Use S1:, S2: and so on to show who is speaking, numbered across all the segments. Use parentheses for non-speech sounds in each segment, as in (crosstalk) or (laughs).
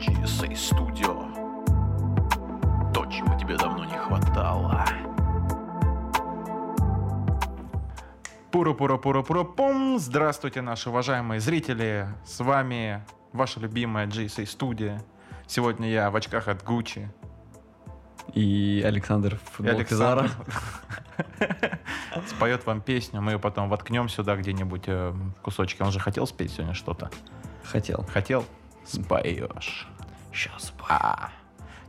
S1: Сенсей Студио. То, чего тебе давно не хватало.
S2: Пура-пура-пура-пура-пум! Здравствуйте, наши уважаемые зрители! С вами ваша любимая GSA студия. Сегодня я в очках от Гуччи.
S3: И Александр
S2: И
S3: футболке Зара.
S2: (laughs) споет вам песню. Мы ее потом воткнем сюда где-нибудь э, в кусочки. Он же хотел спеть сегодня что-то.
S3: Хотел.
S2: Хотел? Споешь. Сейчас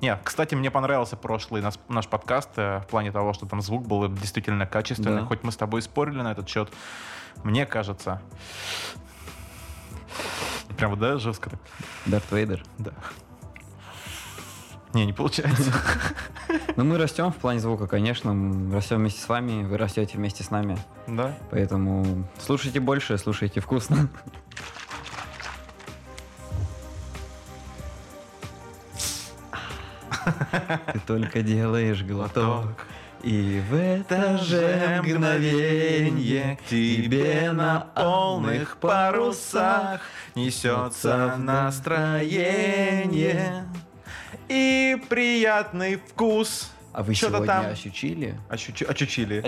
S2: Нет, кстати, мне понравился прошлый нас- наш подкаст э, в плане того, что там звук был действительно качественный.
S3: Да.
S2: Хоть мы с тобой и спорили на этот счет, мне кажется... Прям вот, да, жестко так?
S3: Дарт Вейдер.
S2: Да. Не, не получается.
S3: Но Ну, мы растем в плане звука, конечно. м, Растем вместе с вами, вы растете вместе с нами.
S2: (laughs) Да?
S3: Поэтому слушайте больше, слушайте вкусно. Ты только делаешь глоток. И в это же мгновенье к тебе на полных парусах несется настроение
S2: и приятный вкус.
S3: А вы
S2: Чё-то
S3: сегодня
S2: там.
S3: ощутили?
S2: Очучи- очучили.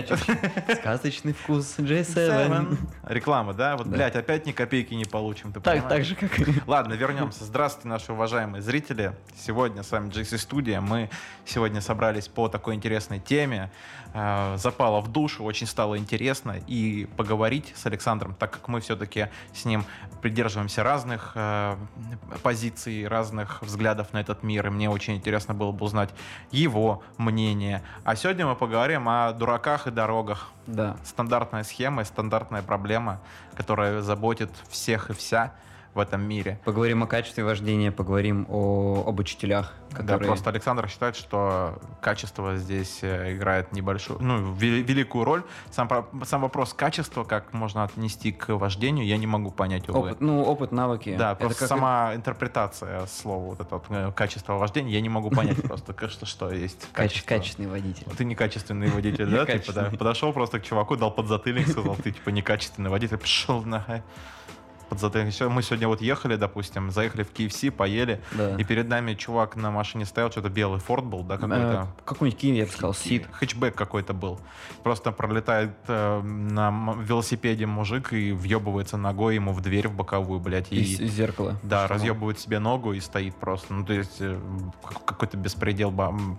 S3: (laughs) Сказочный вкус J7.
S2: Seven. Реклама, да? Вот,
S3: Да.
S2: блядь, опять ни копейки не получим, ты
S3: Так,
S2: понимаешь?
S3: так же, как и...
S2: Ладно, вернемся. Здравствуйте, наши уважаемые зрители. Сегодня с вами GC Studio. Мы сегодня собрались по такой интересной теме. Э, Запало в душу, очень стало интересно. И поговорить с Александром, так как мы все-таки с ним придерживаемся разных э, позиций, разных взглядов на этот мир. И мне очень интересно было бы узнать его мнение. А сегодня мы поговорим о дураках и дорогах
S3: Да.
S2: стандартная схема и стандартная проблема, которая заботит всех и вся в этом мире.
S3: Поговорим о качестве вождения, поговорим о, об учителях,
S2: Да,
S3: которые...
S2: просто Александр считает, что качество здесь э, играет небольшую, ну, вели- великую роль. Сам, про- сам вопрос качества, как можно отнести к вождению, я не могу понять, увы.
S3: Опыт, ну, опыт, навыки.
S2: Да,
S3: Это
S2: просто
S3: как-
S2: сама интерпретация слова, вот это вот, э, качество вождения, я не могу понять просто, к- что, что есть
S3: Каче-
S2: качество.
S3: Качественный водитель.
S2: Ты некачественный водитель, да? Типа, да.
S3: Некачественный.
S2: Подошел просто к чуваку, дал подзатыльник, сказал, ты типа некачественный водитель, пошел нахай. Подзатыльник. Всё, Мы сегодня вот ехали, допустим, заехали в KFC, поели,
S3: Да.
S2: и перед нами чувак на машине стоял, что-то белый Форд был, да, какой-то?
S3: Э, Какой-нибудь Киев, я бы сказал, Сид.
S2: Хэтчбэк какой-то был. Просто пролетает э, на м- велосипеде мужик и въебывается ногой ему в дверь в боковую, блядь. и-
S3: Из, из зеркала.
S2: да,
S3: Что?
S2: разъебывает себе ногу и стоит просто. Ну, то есть, э, как- какой-то беспредел. ба- м.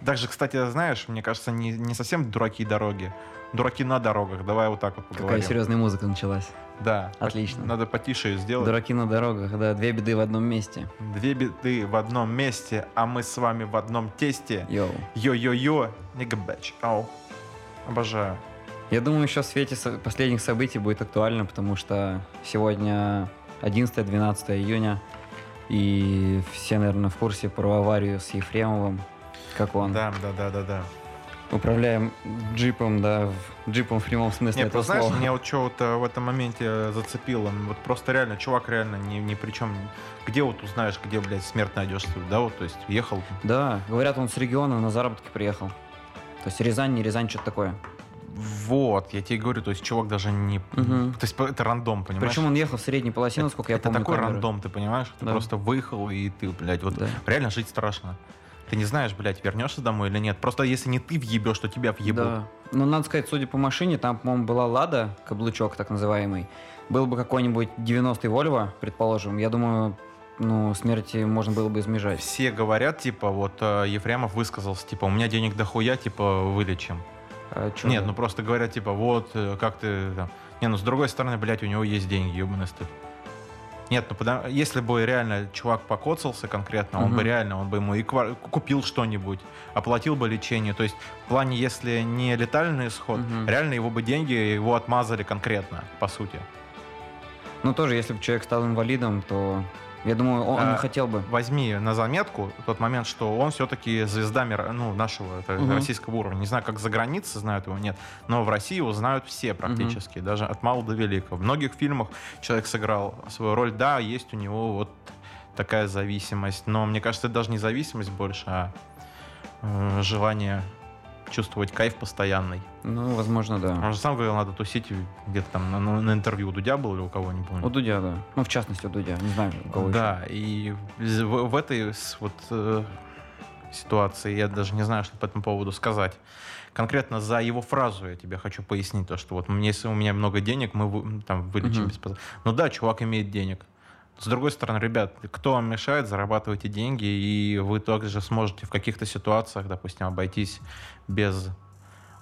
S2: Даже, кстати, знаешь, мне кажется, не, не совсем дураки дороги. Дураки на дорогах. Давай вот так вот
S3: Какая
S2: поговорим.
S3: серьезная музыка началась.
S2: Да.
S3: Отлично.
S2: Надо потише её сделать.
S3: Дураки на дорогах, да, две беды в одном месте.
S2: Две беды в одном месте, а мы с вами в одном тесте.
S3: Йоу.
S2: Йо-йо-йо, nigga bitch. Ау. Обожаю.
S3: Я думаю, еще в свете со- последних событий будет актуально, потому что сегодня 11-12 июня, и все, наверное, в курсе про аварию с Ефремовым, как он
S2: Да, да, да, да, да.
S3: управляем джипом, да, в- джипом в прямом смысле
S2: Нет,
S3: этого
S2: ты знаешь,
S3: слова.
S2: меня вот что-то в этом моменте э, зацепило. Вот просто реально, чувак реально ни, ни при чем. Где вот узнаешь, где, блядь, смерть найдешь, да, вот, то есть ехал.
S3: Да, говорят, он с региона на заработки приехал. То есть Рязань, не Рязань, что-то такое.
S2: Вот, я тебе говорю, то есть чувак даже не...
S3: Мгм.
S2: То есть это рандом, понимаешь?
S3: Причем он ехал в средней полосе, насколько я
S2: это
S3: помню.
S2: такой
S3: камеры.
S2: рандом, ты понимаешь? Ты
S3: Да.
S2: просто выехал, и ты, блядь, вот
S3: Да.
S2: реально жить страшно. Ты не знаешь, блядь, вернешься домой или нет. Просто если не ты въебешь, то тебя въебут.
S3: Да. Но надо сказать, судя по машине, там, по-моему, была Лада, каблучок так называемый. Был бы какой-нибудь 90-й Вольво, предположим, я думаю, ну, смерти можно было бы избежать.
S2: Все говорят, типа, вот э, Ефремов высказался, типа, у меня денег дохуя, типа, вылечим.
S3: А чё
S2: Нет,
S3: вы?
S2: ну просто говорят, типа, вот, э, как ты там. Не, ну с другой стороны, блядь, у него есть деньги, ебаный стыд. Нет, ну потому- если бы реально чувак покоцался конкретно, он
S3: Мгм.
S2: бы реально, он бы ему и ква- купил что-нибудь, оплатил бы лечение. То есть в плане, если не летальный исход,
S3: Мгм.
S2: реально его бы деньги его отмазали конкретно, по сути.
S3: Ну, тоже, если бы человек стал инвалидом, то, я думаю, он, он
S2: А,
S3: не хотел бы.
S2: Возьми на заметку тот момент, что он все-таки звезда мира, ну, нашего это,
S3: Мгм.
S2: российского уровня. Не знаю, как за границей знают его, нет, но в России его знают все практически, даже от мала до велика. В многих фильмах человек сыграл свою роль. Да, есть у него вот такая зависимость, но мне кажется, это даже не зависимость больше, а э, желание чувствовать кайф постоянный.
S3: Ну, возможно, да.
S2: Он же сам говорил, надо тусить где-то там на, на- на интервью у Дудя был или у кого, не помню.
S3: У Дудя, да. Ну, в частности, у Дудя. Не знаю, у кого еще.
S2: А- Да, и з- в, в этой с- вот э, ситуации я даже не знаю, что по этому поводу сказать. Конкретно за его фразу я тебе хочу пояснить то, что вот мне, если у меня много денег, мы вы- там вылечим
S3: Мгм.
S2: без поз- Ну да, чувак имеет денег. С другой стороны, ребят, кто вам мешает, зарабатывайте деньги, и вы также сможете в каких-то ситуациях, допустим, обойтись без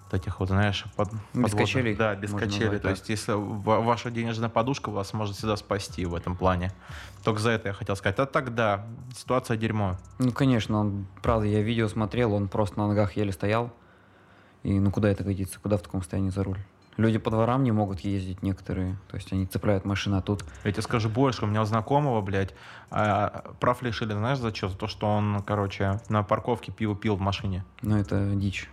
S2: вот этих вот, знаешь, под,
S3: Без
S2: подводных-
S3: качелей,
S2: Да, без
S3: можно
S2: качелей.
S3: назвать
S2: То
S3: так.
S2: есть, если ва- ваша денежная подушка вас может всегда спасти в этом плане. Только за это я хотел сказать. А тогда ситуация дерьмо.
S3: Ну, конечно, он, правда, я видео смотрел, он просто на ногах еле стоял. И ну куда это годится? Куда в таком состоянии за руль? Люди по дворам не могут ездить некоторые. То есть они цепляют машины, а тут...
S2: Я тебе скажу больше, у меня у знакомого, блядь, а, прав лишили, знаешь, за что? За то, что он, короче, на парковке пиво пил в машине.
S3: Ну, это дичь.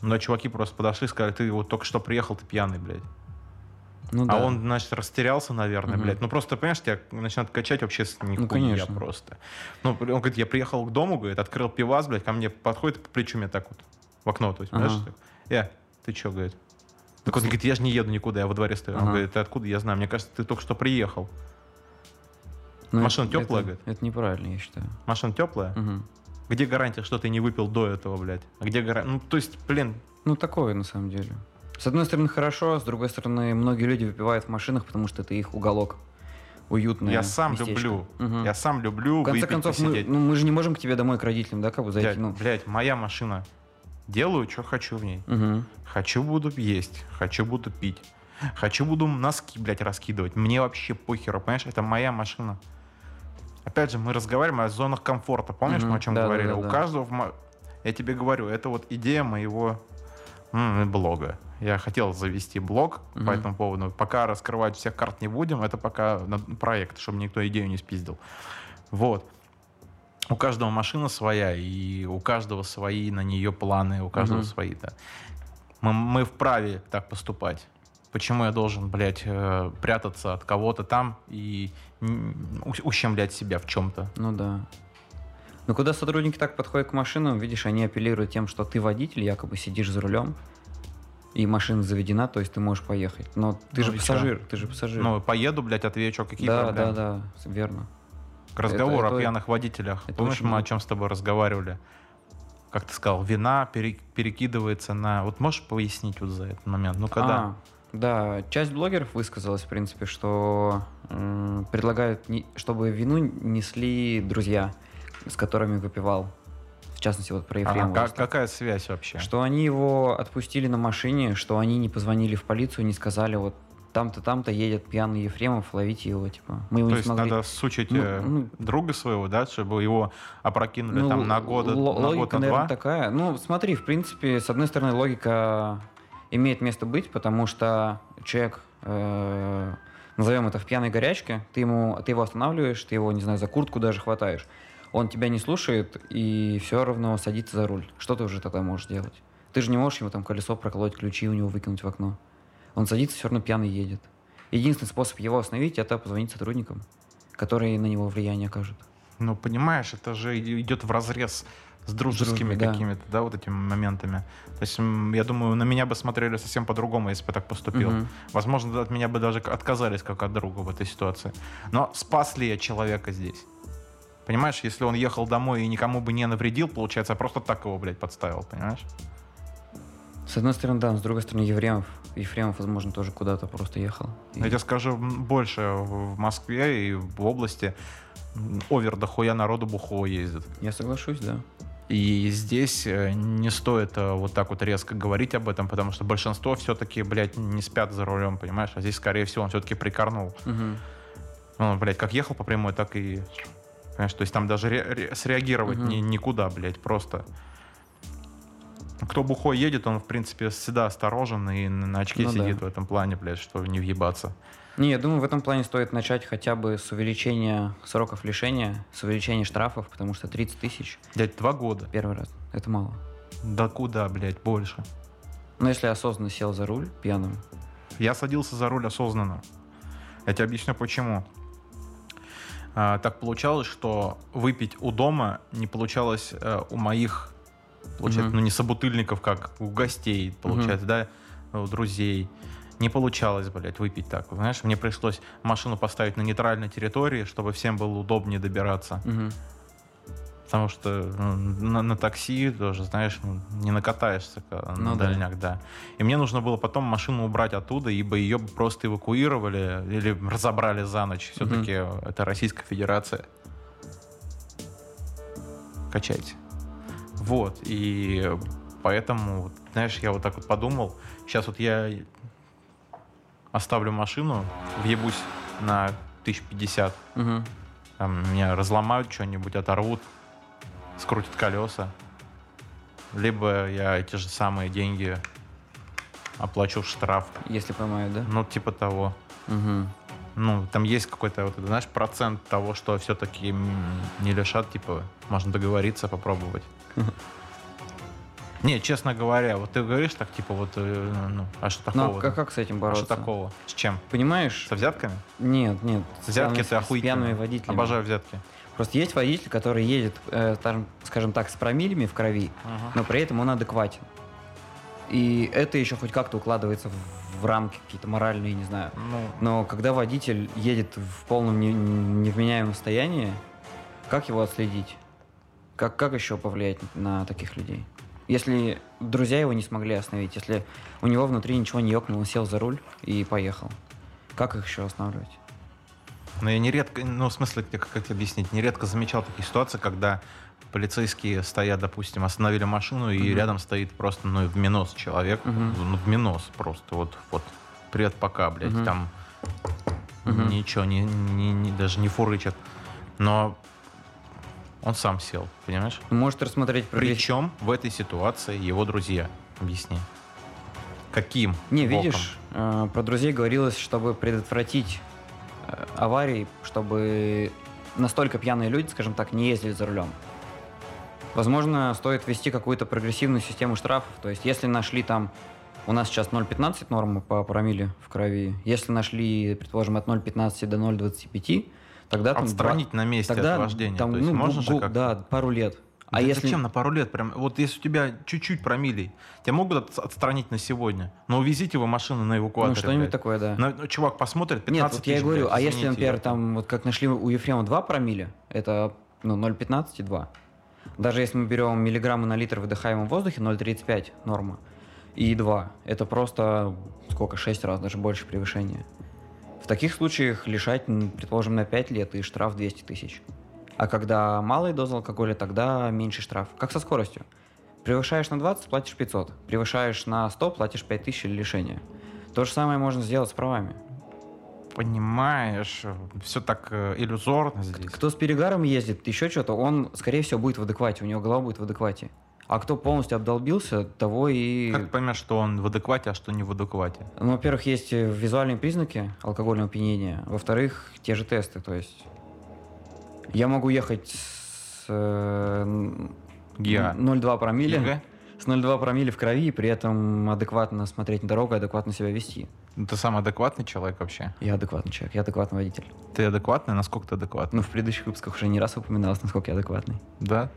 S2: Но чуваки просто подошли и сказали, ты вот только что приехал, ты пьяный, блядь.
S3: Ну,
S2: А
S3: да.
S2: он, значит, растерялся, наверное,
S3: Мгм. Ну,
S2: блядь. Ну просто, понимаешь, тебя начинают качать вообще с нихуя
S3: конечно.
S2: просто. Ну, он говорит, я приехал к дому, говорит, открыл пивас, блядь, ко мне подходит по плечу меня так вот в окно, то есть,
S3: Ага.
S2: понимаешь? так, Э, ты чё, говорит? Так он говорит, я же не еду никуда, я во дворе стою. Он
S3: Ага.
S2: говорит, ты откуда? Я знаю, мне кажется, ты только что приехал.
S3: Ну,
S2: машина
S3: это-
S2: тёплая,
S3: это-
S2: говорит?
S3: Это неправильно, я считаю.
S2: Машина теплая?
S3: Мгм.
S2: Где гарантия, что ты не выпил до этого, блядь? А где гарантия? Ну, то есть, блин,
S3: Ну, такое, на самом деле. С одной стороны, хорошо, с другой стороны, многие люди выпивают в машинах, потому что это их уголок. Уютное
S2: я сам
S3: местечко.
S2: люблю.
S3: Мгм.
S2: Я сам люблю
S3: В конце
S2: выпить,
S3: концов, мы,
S2: посидеть.
S3: ну, мы же не можем к тебе домой к родителям, да, как бы
S2: Блядь,
S3: зайти. Ну,
S2: блядь, моя машина. Делаю, что хочу в ней.
S3: Мгм.
S2: Хочу буду есть, хочу буду пить. Хочу буду носки, блядь, раскидывать. Мне вообще похеру, понимаешь? Это моя машина. Опять же, мы разговариваем о зонах комфорта. Помнишь, мы
S3: Мгм.
S2: о чем
S3: Да, да,
S2: говорили?
S3: да,
S2: У
S3: да.
S2: каждого... в ма- Я тебе говорю, это вот идея моего м, блога. Я хотел завести блог
S3: Мгм.
S2: по этому поводу. Пока раскрывать всех карт не будем, это пока на- проект, чтобы никто идею не спиздил. Вот. У каждого машина своя, и у каждого свои на нее планы, у каждого
S3: Мгм.
S2: свои, да. Мы, мы вправе так поступать. Почему я должен, блядь, э, прятаться от кого-то там и м, у- ущемлять себя в чем-то?
S3: Ну да. Но куда сотрудники так подходят к машинам, видишь, они апеллируют тем, что ты водитель, якобы сидишь за рулем, и машина заведена, то есть ты можешь поехать. Но ты
S2: Ну
S3: же
S2: и
S3: пассажир, ты же пассажир.
S2: Ну, поеду, блядь, отвечу, какие
S3: да,
S2: проблемы.
S3: да, да, с- верно.
S2: К разговору
S3: это-
S2: о пьяных водителях.
S3: это
S2: Помнишь,
S3: очень
S2: мы о
S3: много.
S2: чем с тобой разговаривали? Как ты сказал, вина пере- перекидывается на... Вот можешь пояснить вот за этот момент? Ну, когда...
S3: А, да, часть блогеров высказалась, в принципе, что м, предлагают, не- чтобы вину несли друзья, с которыми выпивал. В частности, вот про
S2: Ага,
S3: Ефремова.
S2: ка-
S3: я сказал.
S2: какая связь вообще?
S3: Что они его отпустили на машине, что они не позвонили в полицию, не сказали, вот там-то, там-то едет пьяный Ефремов, ловите его, типа. Мы его
S2: То
S3: не
S2: есть
S3: смогли.
S2: надо сучить
S3: Ну,
S2: э,
S3: ну-
S2: друга своего, да, чтобы его опрокинули
S3: Ну,
S2: там на года,
S3: ло-
S2: на
S3: логика,
S2: год, на
S3: наверное,
S2: два.
S3: такая. Ну, смотри, в принципе, с одной стороны, логика имеет место быть, потому что человек, э, назовем это в пьяной горячке, ты, ему, ты его останавливаешь, ты его, не знаю, за куртку даже хватаешь. Он тебя не слушает и все равно садится за руль. Что ты уже тогда можешь делать? Ты же не можешь ему там колесо проколоть, ключи у него выкинуть в окно. Он садится, все равно пьяный едет. Единственный способ его остановить, это позвонить сотрудникам, которые на него влияние окажут.
S2: Ну, понимаешь, это же и- идет в разрез с дружескими
S3: дружбой, да.
S2: какими-то, да, вот этими моментами. То есть, м, я думаю, на меня бы смотрели совсем по-другому, если бы я так поступил.
S3: Мгм.
S2: Возможно, от меня бы даже к- отказались как от друга в этой ситуации. Но спас ли я человека здесь? Понимаешь, если он ехал домой и никому бы не навредил, получается, я просто так его, блядь, подставил, понимаешь?
S3: С одной стороны, да, но с другой стороны, Ефремов. Ефремов, возможно, тоже куда-то просто ехал. И-
S2: Я тебе скажу м, больше, в в Москве и в области м, овер дохуя народу бухого ездит.
S3: Я соглашусь, да.
S2: И здесь э, не стоит э, вот так вот резко говорить об этом, потому что большинство все-таки, блядь, не спят за рулем, понимаешь? А здесь, скорее всего, он все-таки прикорнул.
S3: Мгм.
S2: Он, блядь, как ехал по прямой, так и... Понимаешь, то есть там даже ре- ре- среагировать
S3: Мгм.
S2: ни- никуда, блядь, просто. Кто бухой едет, он, в принципе, всегда осторожен и на на очке
S3: Ну да.
S2: сидит в этом плане, блядь, что не въебаться.
S3: Не, я думаю, в этом плане стоит начать хотя бы с увеличения сроков лишения, с увеличения штрафов, потому что 30 тысяч
S2: Блядь, два года.
S3: первый раз. Это мало.
S2: Да куда, блядь, больше?
S3: Но если осознанно сел за руль пьяным,
S2: Я садился за руль осознанно. Я тебе объясню почему. А, так получалось, что выпить у дома не получалось э, у моих Получается,
S3: Мгм.
S2: ну не собутыльников, как у гостей, получается, да, у друзей. Не получалось, блядь, выпить так. Знаешь, мне пришлось машину поставить на нейтральной территории, чтобы всем было удобнее добираться.
S3: Мгм.
S2: Потому что ну, на, на такси тоже, знаешь, ну, не накатаешься ка- на
S3: Ну да.
S2: дальняк, да. И мне нужно было потом машину убрать оттуда, ибо ее бы просто эвакуировали или разобрали за ночь. Все-таки это Российская Федерация. Качайте. Вот, и поэтому, вот, знаешь, я вот так вот подумал, сейчас вот я оставлю машину, въебусь на 1050,
S3: Мгм.
S2: там меня разломают что-нибудь, оторвут, скрутят колеса. Либо я эти же самые деньги оплачу в штраф.
S3: Если поймают, да?
S2: Ну, типа того.
S3: Мгм.
S2: Ну, там есть какой-то, вот, знаешь, процент того, что все-таки не лишат, типа, можно договориться, попробовать. Не, честно говоря, вот ты говоришь так, типа, вот, э, ну, а что
S3: Ну,
S2: такого?
S3: а как, как с этим
S2: а
S3: бороться?
S2: что такого? С чем?
S3: Понимаешь?
S2: Со взятками?
S3: Нет, нет. с
S2: Взятки
S3: пьяными-
S2: ты
S3: с пьяными
S2: охуительные.
S3: водителями.
S2: Обожаю взятки.
S3: Просто есть водитель, который едет, э, там, скажем так, с промилями в крови, но при этом он адекватен. И это еще хоть как-то укладывается в, в рамки какие-то моральные, не знаю.
S2: Ну,
S3: Но когда водитель едет в полном не- невменяемом состоянии, как его отследить? Как, как еще повлиять на таких людей? Если друзья его не смогли остановить, если у него внутри ничего не ёкнуло, он сел за руль и поехал. Как их еще останавливать?
S2: Но я нередко, ну, в смысле, как, как тебе объяснить, нередко замечал такие ситуации, когда полицейские стоят, допустим, остановили машину, и
S3: Мгм.
S2: рядом стоит просто, ну, в минос человек,
S3: Мгм.
S2: ну, в минос просто, вот, вот, привет, пока, блядь,
S3: Мгм.
S2: там
S3: Мгм.
S2: ничего, не, не- не- даже не фурычат, но он сам сел, понимаешь?
S3: Ну, Может рассмотреть привлечь-
S2: Причем в этой ситуации его друзья, объясни. Каким?
S3: Не,
S2: боком?
S3: видишь, э, про друзей говорилось, чтобы предотвратить э, аварии, чтобы настолько пьяные люди, скажем так, не ездили за рулем. Возможно, стоит ввести какую-то прогрессивную систему штрафов. То есть, если нашли там... У нас сейчас 0,15 норма по промилле в крови. Если нашли, предположим, от 0,15 до 0,25, тогда там... два-
S2: Отстранить на месте
S3: тогда
S2: от вождения.
S3: там,
S2: То есть
S3: ну,
S2: можно
S3: гу-
S2: же как
S3: Да, пару лет.
S2: Да
S3: А если...
S2: Зачем на пару лет? Прям, вот если у тебя чуть-чуть промилей, тебя могут от- отстранить на сегодня, но увезите его машину на эвакуаторе.
S3: ну, что-нибудь
S2: блядь.
S3: такое, да.
S2: На- ну, чувак посмотрит, 15
S3: Нет, вот я и
S2: тысяч,
S3: говорю,
S2: блядь,
S3: а если,
S2: извините,
S3: например,
S2: я-
S3: там, вот как нашли у Ефрема 2 промилле, это ну, 0,15 и 2. Даже если мы берем миллиграммы на литр в выдыхаемом воздухе, 0,35 норма, и 2, это просто сколько, 6 раз, даже больше превышения. В таких случаях лишать, м, предположим, на 5 лет и штраф 200 тысяч. А когда малая доза алкоголя, тогда меньше штраф. Как со скоростью. Превышаешь на 20, платишь 500. Превышаешь на 100, платишь 5000 или лишение. То же самое можно сделать с правами.
S2: Понимаешь, все так э, иллюзорно здесь.
S3: Кто с перегаром ездит, еще что-то, он, скорее всего, будет в адеквате, у него голова будет в адеквате. А кто полностью обдолбился, того и...
S2: Как ты поймешь, что он в адеквате, а что не в адеквате?
S3: Ну, во-первых, есть э, визуальные признаки алкогольного опьянения, во-вторых, те же тесты, то есть... Я могу ехать с э, н-
S2: Гиа.
S3: 0,2 промилле,
S2: Ага.
S3: с 0,2 промилле в крови, и при этом адекватно смотреть на дорогу, и адекватно себя вести.
S2: Ну, Ты самый адекватный человек вообще?
S3: Я адекватный человек, я адекватный водитель.
S2: Ты адекватный? Насколько ты адекватный?
S3: Ну, в предыдущих выпусках уже не раз упоминалось, насколько я адекватный.
S2: Да?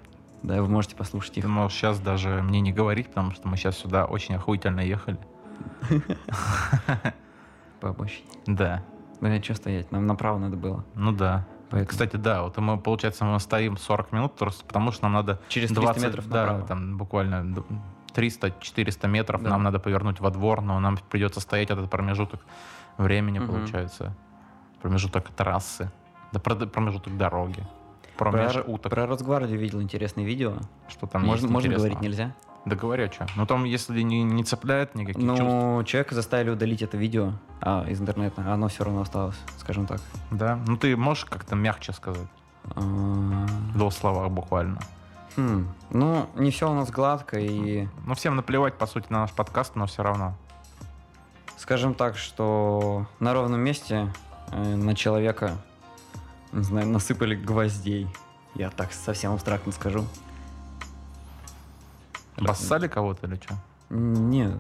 S3: Да, вы можете послушать их.
S2: Ты можешь сейчас даже мне не говорить, потому что мы сейчас сюда очень охуительно ехали.
S3: Побольше.
S2: Да.
S3: Да что стоять, нам направо надо было.
S2: Ну да.
S3: Поэтому.
S2: Кстати, да, вот мы, получается, мы стоим 40 минут, просто потому что нам надо
S3: через 300
S2: 20,
S3: метров
S2: да,
S3: направо.
S2: там буквально д- 300-400 метров
S3: Да.
S2: нам надо повернуть во двор, но нам придется стоять этот промежуток времени,
S3: Мгм.
S2: получается. Промежуток трассы. Да, про- промежуток дороги.
S3: про,
S2: Промежуток. уток.
S3: про Росгвардию видел интересное видео.
S2: Что там
S3: можно
S2: есть
S3: можно
S2: интересного?
S3: говорить нельзя.
S2: Да говори, что. Ну там, если не, не цепляет никаких чувств.
S3: Но Ну, человека заставили удалить это видео а, из интернета, а оно все равно осталось, скажем так.
S2: Да. Ну ты можешь как-то мягче сказать.
S3: А,
S2: В двух словах буквально.
S3: хм, ну, не все у нас гладко, и
S2: Ну всем наплевать, по сути, на наш подкаст, но все равно.
S3: скажем так, что на ровном месте э, на человека, не знаю, насыпали гвоздей. Я так совсем абстрактно скажу.
S2: Обоссали кого-то или что?
S3: М, Нет,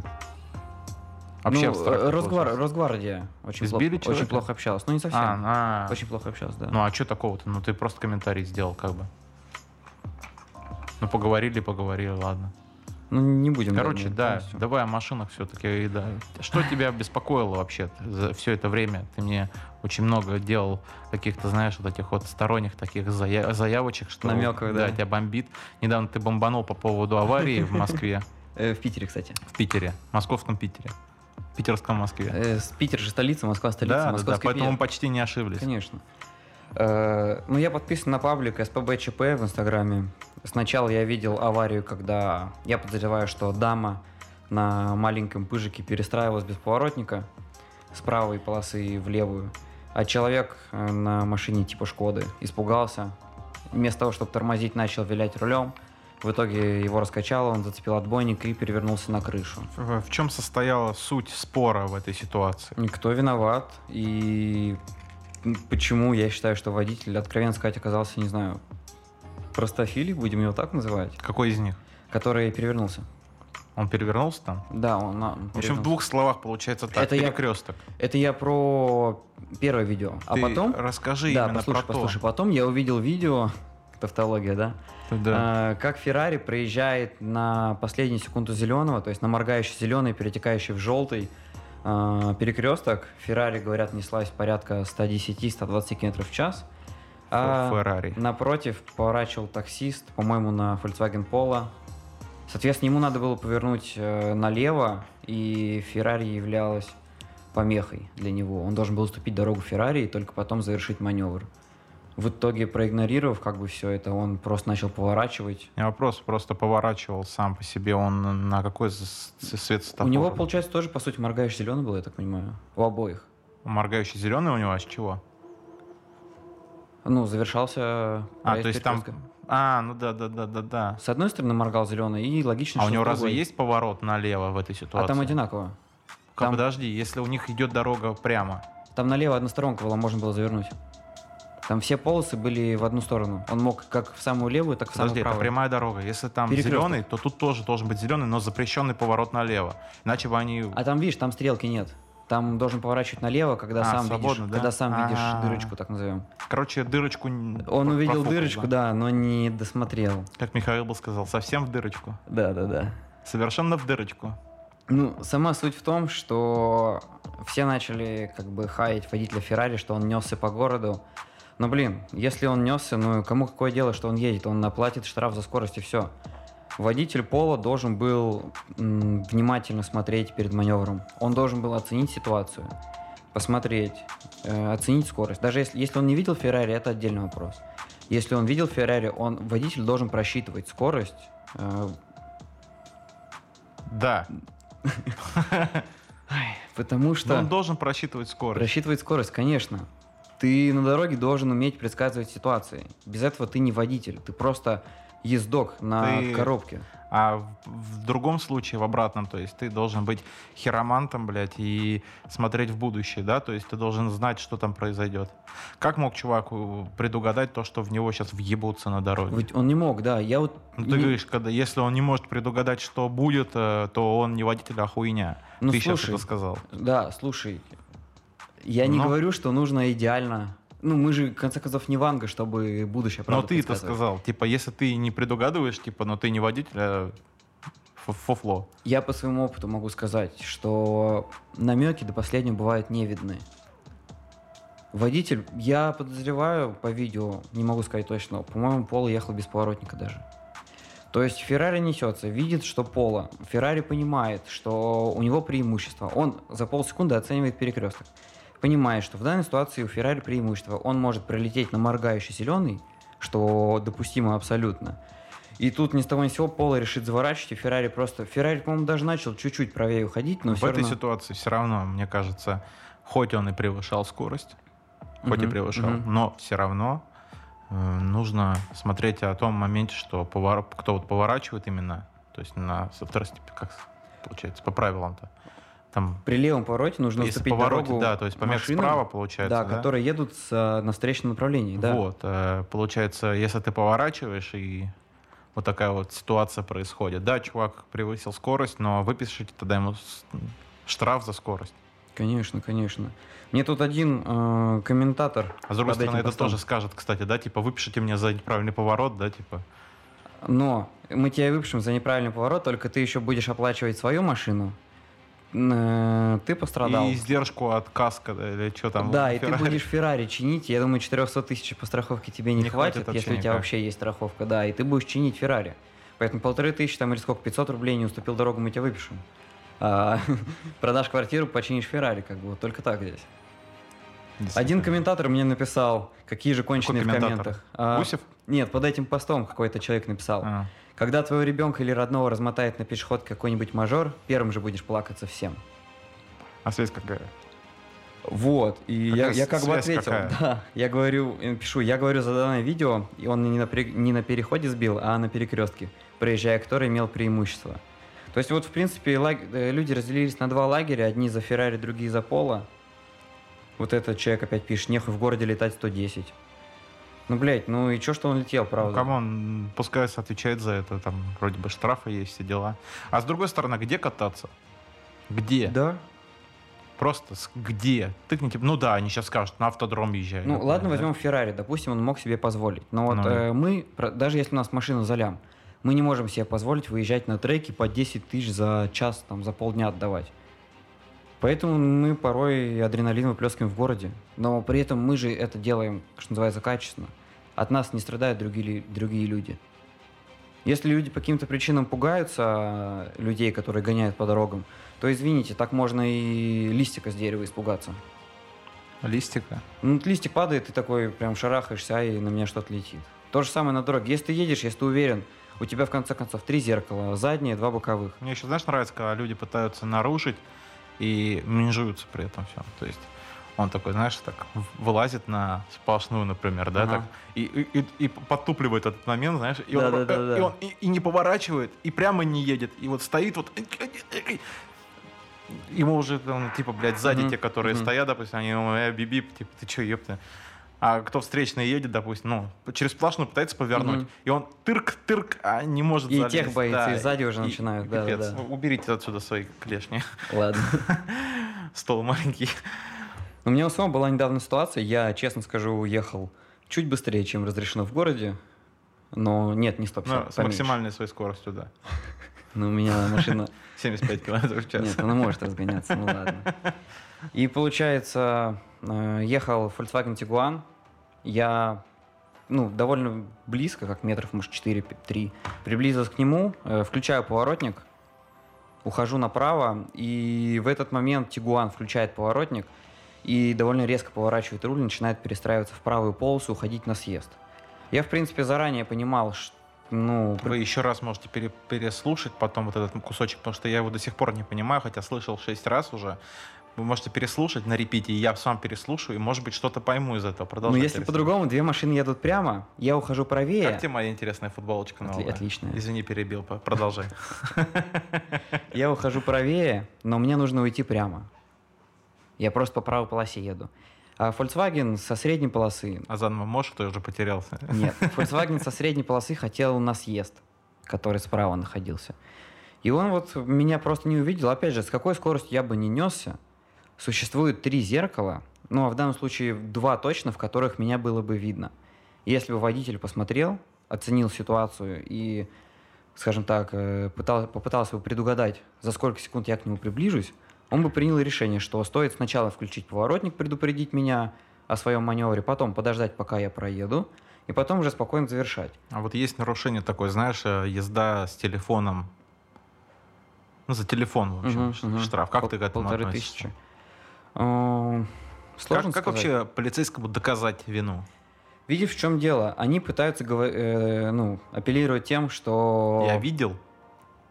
S2: Вообще
S3: ну,
S2: абстрактно
S3: э, Росгвар-
S2: получилось.
S3: Росгвардия очень,
S2: Избили
S3: плохо,
S2: человека?
S3: очень плохо общалась. Ну, не совсем.
S2: А, Ну. а.
S3: Очень плохо общалась, да.
S2: Ну а что такого-то? Ну ты просто комментарий сделал, как бы. Ну, поговорили, поговорили, ладно.
S3: Ну, не будем.
S2: Короче,
S3: наверное,
S2: да,
S3: полностью.
S2: давай о машинах все-таки. Да. Что тебя беспокоило вообще за все это время? Ты мне очень много делал каких-то, знаешь, вот этих вот сторонних таких зая- заявочек, что
S3: Намёков, да.
S2: тебя бомбит. Недавно ты бомбанул по поводу аварии в Москве,
S3: Э, в Питере, кстати.
S2: в Питере, в московском Питере, в питерском Москве.
S3: Э, с- Питер же столица, Москва столица,
S2: Да, да, да,
S3: московский
S2: поэтому мы
S3: Питер.
S2: почти не ошиблись.
S3: Конечно. Э, Ну, я подписан на паблик СПБ ЧП в Инстаграме. Сначала я видел аварию, когда я подозреваю, что дама на маленьком пыжике перестраивалась без поворотника с правой полосы в левую, а человек э, на машине типа Шкоды испугался. Вместо того, чтобы тормозить, начал вилять рулем. В итоге его раскачало, он зацепил отбойник и перевернулся на крышу.
S2: В в чем состояла суть спора в этой ситуации?
S3: Никто виноват. И почему я считаю, что водитель, откровенно сказать, оказался, не знаю, простофилий, будем его так называть,
S2: Какой из них?
S3: который перевернулся.
S2: Он перевернулся там?
S3: Да, он, а, он
S2: В общем, в
S3: перевернулся.
S2: двух словах получается так.
S3: Это я-
S2: перекресток.
S3: Это я про первое видео. А
S2: Ты
S3: потом...
S2: расскажи
S3: да,
S2: именно
S3: послушай,
S2: про то.
S3: послушай. Потом я увидел видео, тавтология, да?
S2: Да.
S3: А, как Феррари проезжает на последнюю секунду зеленого, то есть на моргающий зеленый, перетекающий в желтый а, перекресток. Феррари, говорят, неслась порядка 110-120 км в час. А
S2: Феррари.
S3: напротив поворачивал таксист, по-моему, на Volkswagen Polo. Соответственно, ему надо было повернуть э, налево, и Феррари являлась помехой для него. Он должен был уступить дорогу Феррари и только потом завершить маневр. В итоге, проигнорировав как бы все это, он просто начал поворачивать.
S2: У меня вопрос просто поворачивал сам по себе. Он на какой с- с- свет светофора?
S3: У него, получается, тоже, по сути, моргающий зеленый был, я так понимаю. У обоих.
S2: Моргающий зеленый у него, а с чего?
S3: Ну, завершался...
S2: А,
S3: проезд
S2: то есть там...
S3: перекрестка.
S2: А, ну да, да, да, да, да.
S3: С одной стороны моргал зеленый, и логично,
S2: А у
S3: что с
S2: него разве
S3: другой.
S2: есть поворот налево в этой ситуации?
S3: А там одинаково.
S2: Как,
S3: там-
S2: Подожди, если у них идет дорога прямо.
S3: Там налево односторонка была, можно было завернуть. Там все полосы были в одну сторону. Он мог как в самую левую, так и в самую
S2: Подожди, это
S3: правую.
S2: прямая дорога. Если там
S3: Перекресток.
S2: зеленый, то тут тоже должен быть зеленый, но запрещенный поворот налево. Иначе бы они...
S3: А там, видишь, там стрелки нет. Там должен поворачивать налево, когда
S2: А,
S3: сам
S2: свободно,
S3: видишь,
S2: да?
S3: когда сам
S2: А.
S3: видишь дырочку, так назовем.
S2: Короче, дырочку... н-
S3: Он
S2: про-
S3: увидел
S2: профукал,
S3: дырочку,
S2: да?
S3: да, но не досмотрел.
S2: Как Михаил бы сказал, совсем в дырочку.
S3: Да, да, да.
S2: Совершенно в дырочку.
S3: Ну, сама суть в том, что все начали как бы хаять водителя Феррари, что он несся по городу. Но, блин, если он несся, ну кому какое дело, что он едет? Он наплатит штраф за скорость и все. Водитель Пола должен был м, внимательно смотреть перед маневром. Он должен был оценить ситуацию, посмотреть, э, оценить скорость. Даже если, если он не видел Феррари, это отдельный вопрос. Если он видел Феррари, он, водитель должен просчитывать скорость, э,
S2: Да.
S3: потому
S2: Но
S3: что...
S2: он должен просчитывать скорость.
S3: Рассчитывать скорость, конечно. Ты на дороге должен уметь предсказывать ситуации. Без этого ты не водитель, ты просто ездок на
S2: Ты-
S3: коробке.
S2: А в, в другом случае, в обратном, то есть ты должен быть хиромантом, блядь, и смотреть в будущее, да, то есть ты должен знать, что там произойдет. Как мог чувак э, предугадать то, что в него сейчас въебутся на дороге?
S3: Ведь он не мог, да. Я вот.
S2: Ну, ты
S3: не-
S2: говоришь, когда, если он не может предугадать, что будет, э, то он не водитель, а хуйня.
S3: Ну,
S2: ты сейчас
S3: слушай,
S2: это Ну. сказал.
S3: Да, слушай. Я не
S2: Но-
S3: говорю, что нужно идеально. Ну, мы же, в конце концов, не Ванга, чтобы будущее
S2: Но
S3: правда,
S2: ты это
S3: предсказывать.
S2: сказал. Типа, если ты не предугадываешь, типа, но ты не водитель, а фу- фуфло.
S3: Я по своему опыту могу сказать, что намеки до последнего бывают не видны. Водитель, я подозреваю по видео, не могу сказать точно, по-моему, Пола ехал без поворотника даже. То есть Феррари несется, видит, что Пола. Феррари понимает, что у него преимущество. Он за полсекунды оценивает перекресток. Понимает, что в данной ситуации у Феррари преимущество. Он может пролететь на моргающий зеленый, что допустимо абсолютно. И тут ни с того ни с сего Пола решит заворачивать, и Феррари просто... Феррари, по-моему, даже начал чуть-чуть правее уходить, но
S2: в
S3: все
S2: этой
S3: равно...
S2: ситуации все равно, мне кажется, хоть он и превышал скорость, хоть и
S3: Мгм,
S2: превышал,
S3: мгм.
S2: но все равно э, нужно смотреть о том моменте, что повор- кто вот поворачивает именно, то есть на со второстеп- как с- получается, по правилам-то. Там,
S3: При левом повороте нужно
S2: если
S3: уступить
S2: повороте,
S3: дорогу
S2: да, то есть помех
S3: машинам,
S2: справа получается,
S3: да, которые едут с, э, на встречном направлении, да.
S2: Вот, э, получается, если ты поворачиваешь и вот такая вот ситуация происходит. Да, чувак превысил скорость, но выпишите тогда ему с- штраф за скорость.
S3: Конечно, конечно. Мне тут один э, комментатор...
S2: А с другой
S3: под этим
S2: стороны, это
S3: постом-
S2: тоже скажет, кстати, да, типа, выпишите мне за правильный поворот, да, типа.
S3: Но мы тебя выпишем за неправильный поворот, только ты еще будешь оплачивать свою машину. Э, Ты пострадал.
S2: И издержку от каска да, или что там.
S3: да, и
S2: Феррари. (laughs)
S3: ты будешь Феррари чинить. Я думаю, 400 тысяч по страховке тебе не,
S2: Не хватит
S3: хватит,
S2: вообще
S3: если у тебя
S2: никак.
S3: вообще есть страховка. Да, и ты будешь чинить Феррари. Поэтому полторы тысячи там или сколько, 500 рублей не уступил дорогу, мы тебя выпишем. А, (laughs) продашь квартиру, починишь Феррари, как бы вот только так здесь.
S2: Действительно.
S3: Один комментатор мне написал, какие же конченые в
S2: комментатор?
S3: комментах. А,
S2: Гусев?
S3: Нет, под этим постом какой-то человек написал.
S2: А.
S3: Когда твоего ребенка или родного размотает на пешеходке какой-нибудь мажор, первым же будешь плакаться всем.
S2: А связь какая?
S3: Вот, и я,
S2: Какая
S3: я как бы
S2: связь
S3: ответил,
S2: какая?
S3: да, я говорю, э, пишу, я говорю за данное видео, и он не на, пере- не на переходе сбил, а на перекрестке, проезжая который имел преимущество. То есть вот, в принципе, лаг- э, люди разделились на два лагеря, одни за Феррари, другие за Пола. Вот этот человек опять пишет, нехуй в городе летать 110. Ну, блядь, ну и чё, что он летел, правда?
S2: Ну, камон, пускай отвечает за это, там вроде бы штрафы есть, все дела. А с другой стороны, где кататься? Где?
S3: Да.
S2: Просто с- где? Тыкните, ну да, они сейчас скажут, на автодром езжай.
S3: Ну,
S2: я
S3: ладно,
S2: понимаю,
S3: возьмем Феррари, допустим, он мог себе позволить. Но вот
S2: Ну,
S3: э, мы, про- даже если у нас машина за лям, мы не можем себе позволить выезжать на треки по 10 тысяч за час, там, за полдня отдавать. Поэтому мы порой адреналин выплескиваем в городе. Но при этом мы же это делаем, что называется, качественно. От нас не страдают другие, лю- другие люди. Если люди по каким-то причинам пугаются э, людей, которые гоняют по дорогам, то извините, так можно и листика с дерева испугаться.
S2: да. Листика.
S3: Ну, вот листик падает, ты такой прям шарахаешься, а, и на меня что-то летит. То же самое на дороге. Если ты едешь, если ты уверен, у тебя в конце концов три зеркала, задние, два боковых.
S2: Мне еще, знаешь, нравится, когда люди пытаются нарушить и минжуются при этом всем. То есть он такой, знаешь, так в- вылазит на сплошную, например, да,
S3: Ага.
S2: так, и, и, и- и подтупливает этот момент, знаешь, и он,
S3: Да-да-да-да.
S2: э, э, и, он и, и не поворачивает, и прямо не едет, и вот стоит вот... Ему уже, там, типа, блядь, сзади
S3: Мгм,
S2: те, которые
S3: мгм.
S2: стоят, допустим, они ему, э, бибип, типа, ты че, ёпта. А кто встречный едет, допустим, ну, через сплошную пытается повернуть,
S3: Мгм.
S2: и он тырк-тырк, а не может
S3: И
S2: залезть,
S3: тех боится,
S2: да,
S3: и сзади уже начинают, да,
S2: пипец.
S3: да, да.
S2: Ну, Уберите отсюда свои клешни. (laughs)
S3: Ладно.
S2: Стол маленький.
S3: (laughs) У меня у самого была недавно ситуация, я, честно скажу, уехал чуть быстрее, чем разрешено в городе. Но нет, не 150,
S2: Ну, с
S3: поменьше.
S2: максимальной своей скоростью, да.
S3: Но у меня машина
S2: 75 километров в час.
S3: Нет, она может разгоняться, ну ладно. И получается, э, ехал Volkswagen Tiguan, я, ну, довольно близко, как метров, может, 4-3, приблизился к нему, э, включаю поворотник, ухожу направо, и в этот момент Тигуан включает поворотник и довольно резко поворачивает руль, начинает перестраиваться в правую полосу, уходить на съезд. Я, в принципе, заранее понимал, что, ну,
S2: Вы еще раз можете пере- переслушать потом вот этот кусочек, потому что я его до сих пор не понимаю, хотя слышал 6 раз уже. Вы можете переслушать на репите, и я сам переслушаю, и, может быть, что-то пойму из этого.
S3: ну,
S2: Продолжайте.
S3: если
S2: Александр.
S3: по-другому, две машины едут прямо, я ухожу правее.
S2: Как тебе моя интересная футболочка
S3: Отли-
S2: новая?
S3: отличная.
S2: Извини, перебил. по- Продолжай.
S3: Я ухожу правее, но мне нужно уйти прямо. Я просто по правой полосе еду. А Volkswagen со средней полосы...
S2: А заново можешь, а то я уже потерялся.
S3: Нет, Volkswagen со средней полосы хотел на съезд, который справа находился. И он вот меня просто не увидел. Опять же, с какой скоростью я бы не несся, существует три зеркала, ну а в данном случае два точно, в которых меня было бы видно. Если бы водитель посмотрел, оценил ситуацию и, скажем так, э, пытал- попытался бы предугадать, за сколько секунд я к нему приближусь, он бы принял решение, что стоит сначала включить поворотник, предупредить меня о своем маневре, потом подождать, пока я проеду, и потом уже спокойно завершать.
S2: А вот есть нарушение такое, знаешь, э, езда с телефоном. Ну, за телефон, в общем,
S3: Мгм,
S2: ш-
S3: мгм.
S2: штраф. Как
S3: Пол-
S2: ты к этому
S3: Полторы
S2: относишься?
S3: тысячи.
S2: Как-
S3: Э, Сложно
S2: как
S3: сказать.
S2: вообще полицейскому доказать вину?
S3: Видишь, в чем дело? Они пытаются гово- э, ну, апеллировать тем, что...
S2: Я видел.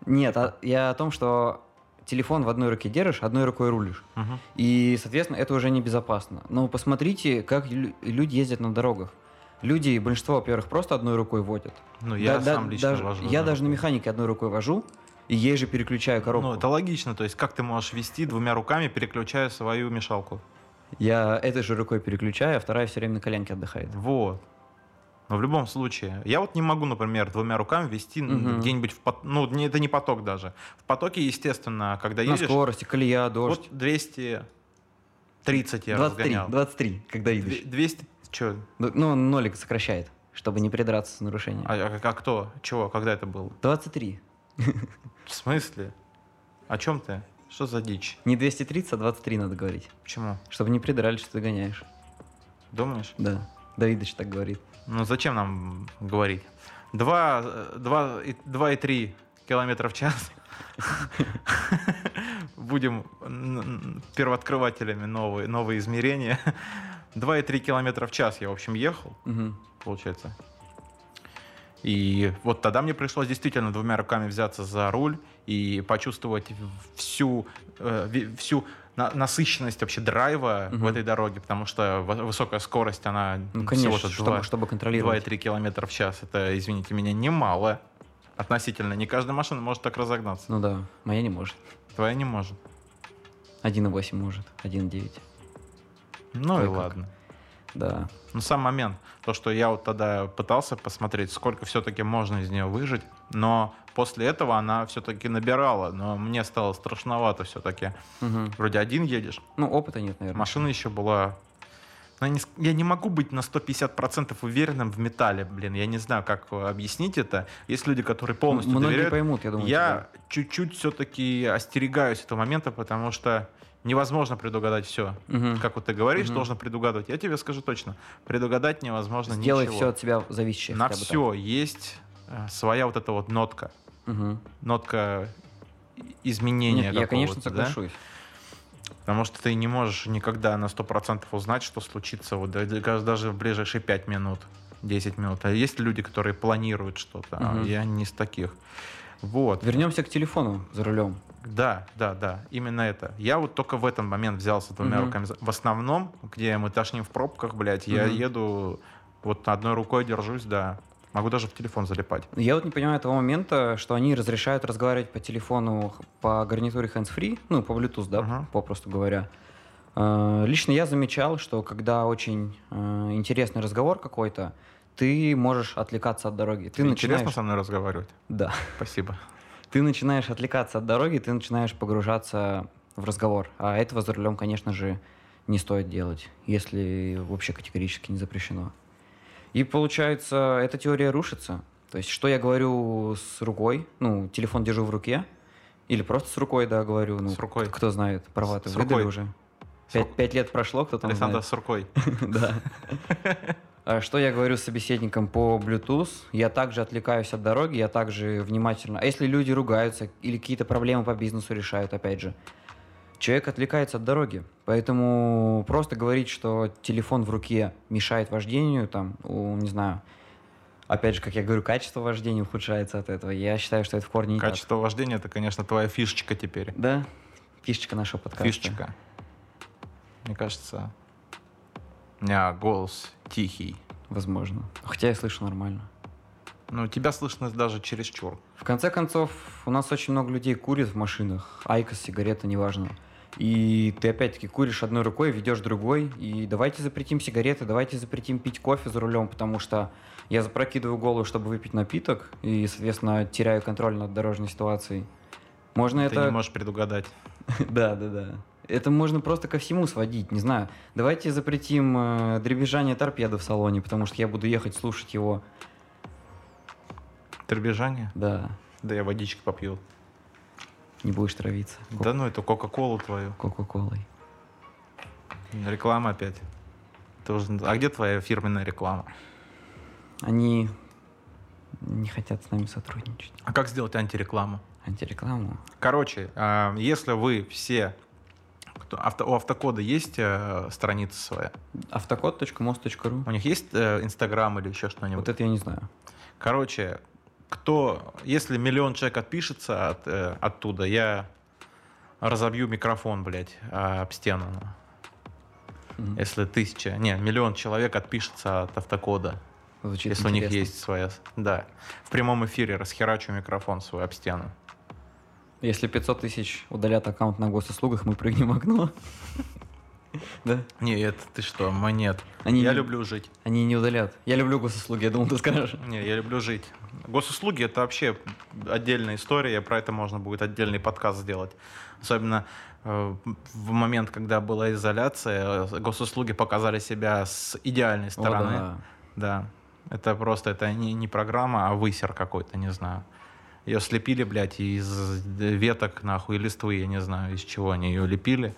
S3: Нет, а- я о том, что телефон в одной руке держишь, одной рукой рулишь.
S2: Мгм.
S3: И, соответственно, это уже небезопасно. Но посмотрите, как лю- люди ездят на дорогах. Люди, большинство, во-первых, просто одной рукой водят.
S2: Ну, я
S3: Да- да-
S2: сам лично
S3: даже-
S2: вожу.
S3: Я
S2: да.
S3: даже на механике одной рукой вожу, и ей же переключаю коробку.
S2: Ну, это логично. То есть, как ты можешь вести двумя руками, переключая свою мешалку?
S3: Я этой же рукой переключаю, а вторая все время на коленке отдыхает.
S2: Вот. Но в любом случае, я вот не могу, например, двумя руками вести н-
S3: Мгм.
S2: где-нибудь в пот- Ну, не- это не поток даже. В потоке, естественно, когда
S3: На
S2: едешь,
S3: скорости, колея,
S2: вот
S3: дождь.
S2: 230 я
S3: 23,
S2: разгонял.
S3: 23, когда
S2: Две-
S3: едешь.
S2: 200... Че?
S3: Ну, он нолик сокращает. чтобы не придраться с нарушением.
S2: А, а- а кто? Чего? Когда это было?
S3: 23.
S2: В смысле? О чем ты? Что за дичь?
S3: Не 230, а 23 надо говорить.
S2: Почему?
S3: Чтобы не придрали, что ты гоняешь.
S2: Думаешь?
S3: Да. Давидыч так говорит.
S2: Ну зачем нам говорить? 2,3 километра в час. (laughs) Будем н- н- первооткрывателями новые, новые измерения. 2,3 километра в час я, в общем, ехал,
S3: Мгм.
S2: получается. И вот тогда мне пришлось действительно двумя руками взяться за руль и почувствовать всю, э, ви- всю на- насыщенность вообще драйва в
S3: Мгм.
S2: этой дороге, потому что во- высокая скорость, она
S3: Ну, конечно,
S2: всего-то два-
S3: чтобы, чтобы контролировать.
S2: 2,3 километра в час. Это, извините меня, немало. Относительно. Не каждая машина может так разогнаться.
S3: Ну да, моя не может.
S2: Твоя не может.
S3: 1,8 может, 1,9.
S2: Ну и
S3: Ой, как.
S2: ладно.
S3: Да.
S2: Ну, сам момент. То, что я вот тогда пытался посмотреть, сколько все-таки можно из нее выжить. Но после этого она все-таки набирала. Но мне стало страшновато все-таки.
S3: Мгм.
S2: Вроде один едешь.
S3: Ну, опыта нет, наверное.
S2: Машина еще была... Ну, я, не, ск- я не могу быть на 150% уверенным в металле, блин. Я не знаю, как э, объяснить это. Есть люди, которые полностью
S3: Многие
S2: доверяют.
S3: поймут, я думаю.
S2: Я чуть-чуть все-таки остерегаюсь этого момента, потому что невозможно предугадать все.
S3: тебя. Мгм.
S2: Как вот ты говоришь,
S3: Мгм.
S2: должен предугадывать. Я тебе скажу точно, предугадать невозможно
S3: Сделай все
S2: ничего.
S3: от себя зависящее.
S2: На
S3: хотя бы
S2: все есть э, своя вот эта вот нотка,
S3: так. Мгм.
S2: нотка и- изменения
S3: Нет, я, конечно,
S2: какого-то, да?
S3: соглашусь.
S2: Потому что ты не можешь никогда на 100% узнать, что случится вот да- да- даже в ближайшие 5 минут, 10 минут. А есть люди, которые планируют что-то, а
S3: Мгм.
S2: я не из таких. Вот.
S3: Вернемся к телефону за рулем.
S2: Да, да, да, именно это. Я вот только в этот момент взялся двумя
S3: Мгм.
S2: руками. за- В основном, где мы тошним в пробках, блядь, я
S3: Мгм.
S2: еду, вот одной рукой держусь, да. Могу даже в телефон залипать.
S3: Я вот не понимаю того момента, что они разрешают разговаривать по телефону х- по гарнитуре hands-free, ну, по Bluetooth, да,
S2: Ага.
S3: попросту говоря. Э, Лично я замечал, что когда очень э, интересный разговор какой-то, ты можешь отвлекаться от дороги. Ты
S2: Тебе интересно
S3: начинаешь...
S2: со мной разговаривать?
S3: Да.
S2: Спасибо.
S3: Ты начинаешь отвлекаться от дороги, ты начинаешь погружаться в разговор. А этого за рулем, конечно же, не стоит делать, если вообще категорически не запрещено. И получается, эта теория рушится. То есть, что я говорю с рукой, ну, телефон держу в руке, или просто с рукой, да, говорю, ну,
S2: С рукой.
S3: кто знает, права-то
S2: С- с
S3: выдали
S2: рукой.
S3: уже.
S2: С
S3: Пять,
S2: ру-
S3: пять лет прошло, кто там
S2: Александр
S3: знает.
S2: с рукой.
S3: Да. А Что я говорю с собеседником по Bluetooth? Я также отвлекаюсь от дороги, я также внимательно... А если люди ругаются или какие-то проблемы по бизнесу решают, опять же? Человек отвлекается от дороги, поэтому просто говорить, что телефон в руке мешает вождению, там, у- не знаю, опять же, как я говорю, качество вождения ухудшается от этого. Я считаю, что это в корне не так.
S2: Качество вождения — это, конечно, твоя фишечка теперь.
S3: Да? Фишечка нашего подкаста.
S2: Фишечка. Мне кажется, у меня голос тихий.
S3: Возможно. Хотя я слышу нормально.
S2: Ну, тебя слышно даже чересчур.
S3: В конце концов, у нас очень много людей курит в машинах. Айкос, сигарета, неважно. И ты опять-таки куришь одной рукой, ведешь другой. И давайте запретим сигареты, давайте запретим пить кофе за рулем, потому что я запрокидываю голову, чтобы выпить напиток, и, соответственно, теряю контроль над дорожной ситуацией. Можно
S2: Ты не
S3: это...
S2: можешь предугадать.
S3: (laughs) Да, да, да. Это можно просто ко всему сводить, не знаю. Давайте запретим э, дребезжание торпеды в салоне, потому что я буду ехать слушать его.
S2: Торбежание?
S3: Да,
S2: Да я водички попью.
S3: не будешь травиться.
S2: Да ну, это Кока-Колу твою.
S3: Кока-колой.
S2: Реклама опять. Ты уже- А где твоя фирменная реклама?
S3: Они не хотят с нами сотрудничать.
S2: А как сделать антирекламу?
S3: Антирекламу.
S2: Короче, а, если вы все... кто- авто- у автокода есть э, страница своя?
S3: Автокод.мост.ру.
S2: У них есть э, Инстаграм или еще что-нибудь?
S3: Вот это я не знаю.
S2: Короче, кто... Если миллион человек отпишется от, э, оттуда, я разобью микрофон, блядь, а, об стену.
S3: Мгм.
S2: Если тысяча... Не, миллион человек отпишется от автокода.
S3: Звучит
S2: Если у них
S3: интересно.
S2: есть своя... с- Да. В прямом эфире расхерачу микрофон свой об стену.
S3: Если 500 тысяч удалят аккаунт на госуслугах, мы прыгнем в окно. (laughs) Да?
S2: Не, это ты что, мы нет.
S3: Они
S2: я
S3: не-
S2: люблю жить.
S3: Они не удалят. Я люблю госуслуги, я думал, ты скажешь.
S2: Не, я люблю жить. Госуслуги это вообще отдельная история, про это можно будет отдельный подкаст сделать. Особенно э, в момент, когда была изоляция, э, госуслуги показали себя с идеальной (laughs)
S3: О,
S2: стороны.
S3: да.
S2: да. Это просто, это не, не программа, а высер какой-то, не знаю. Ее слепили, блядь, из веток, нахуй, листвы, я не знаю, из чего они ее лепили.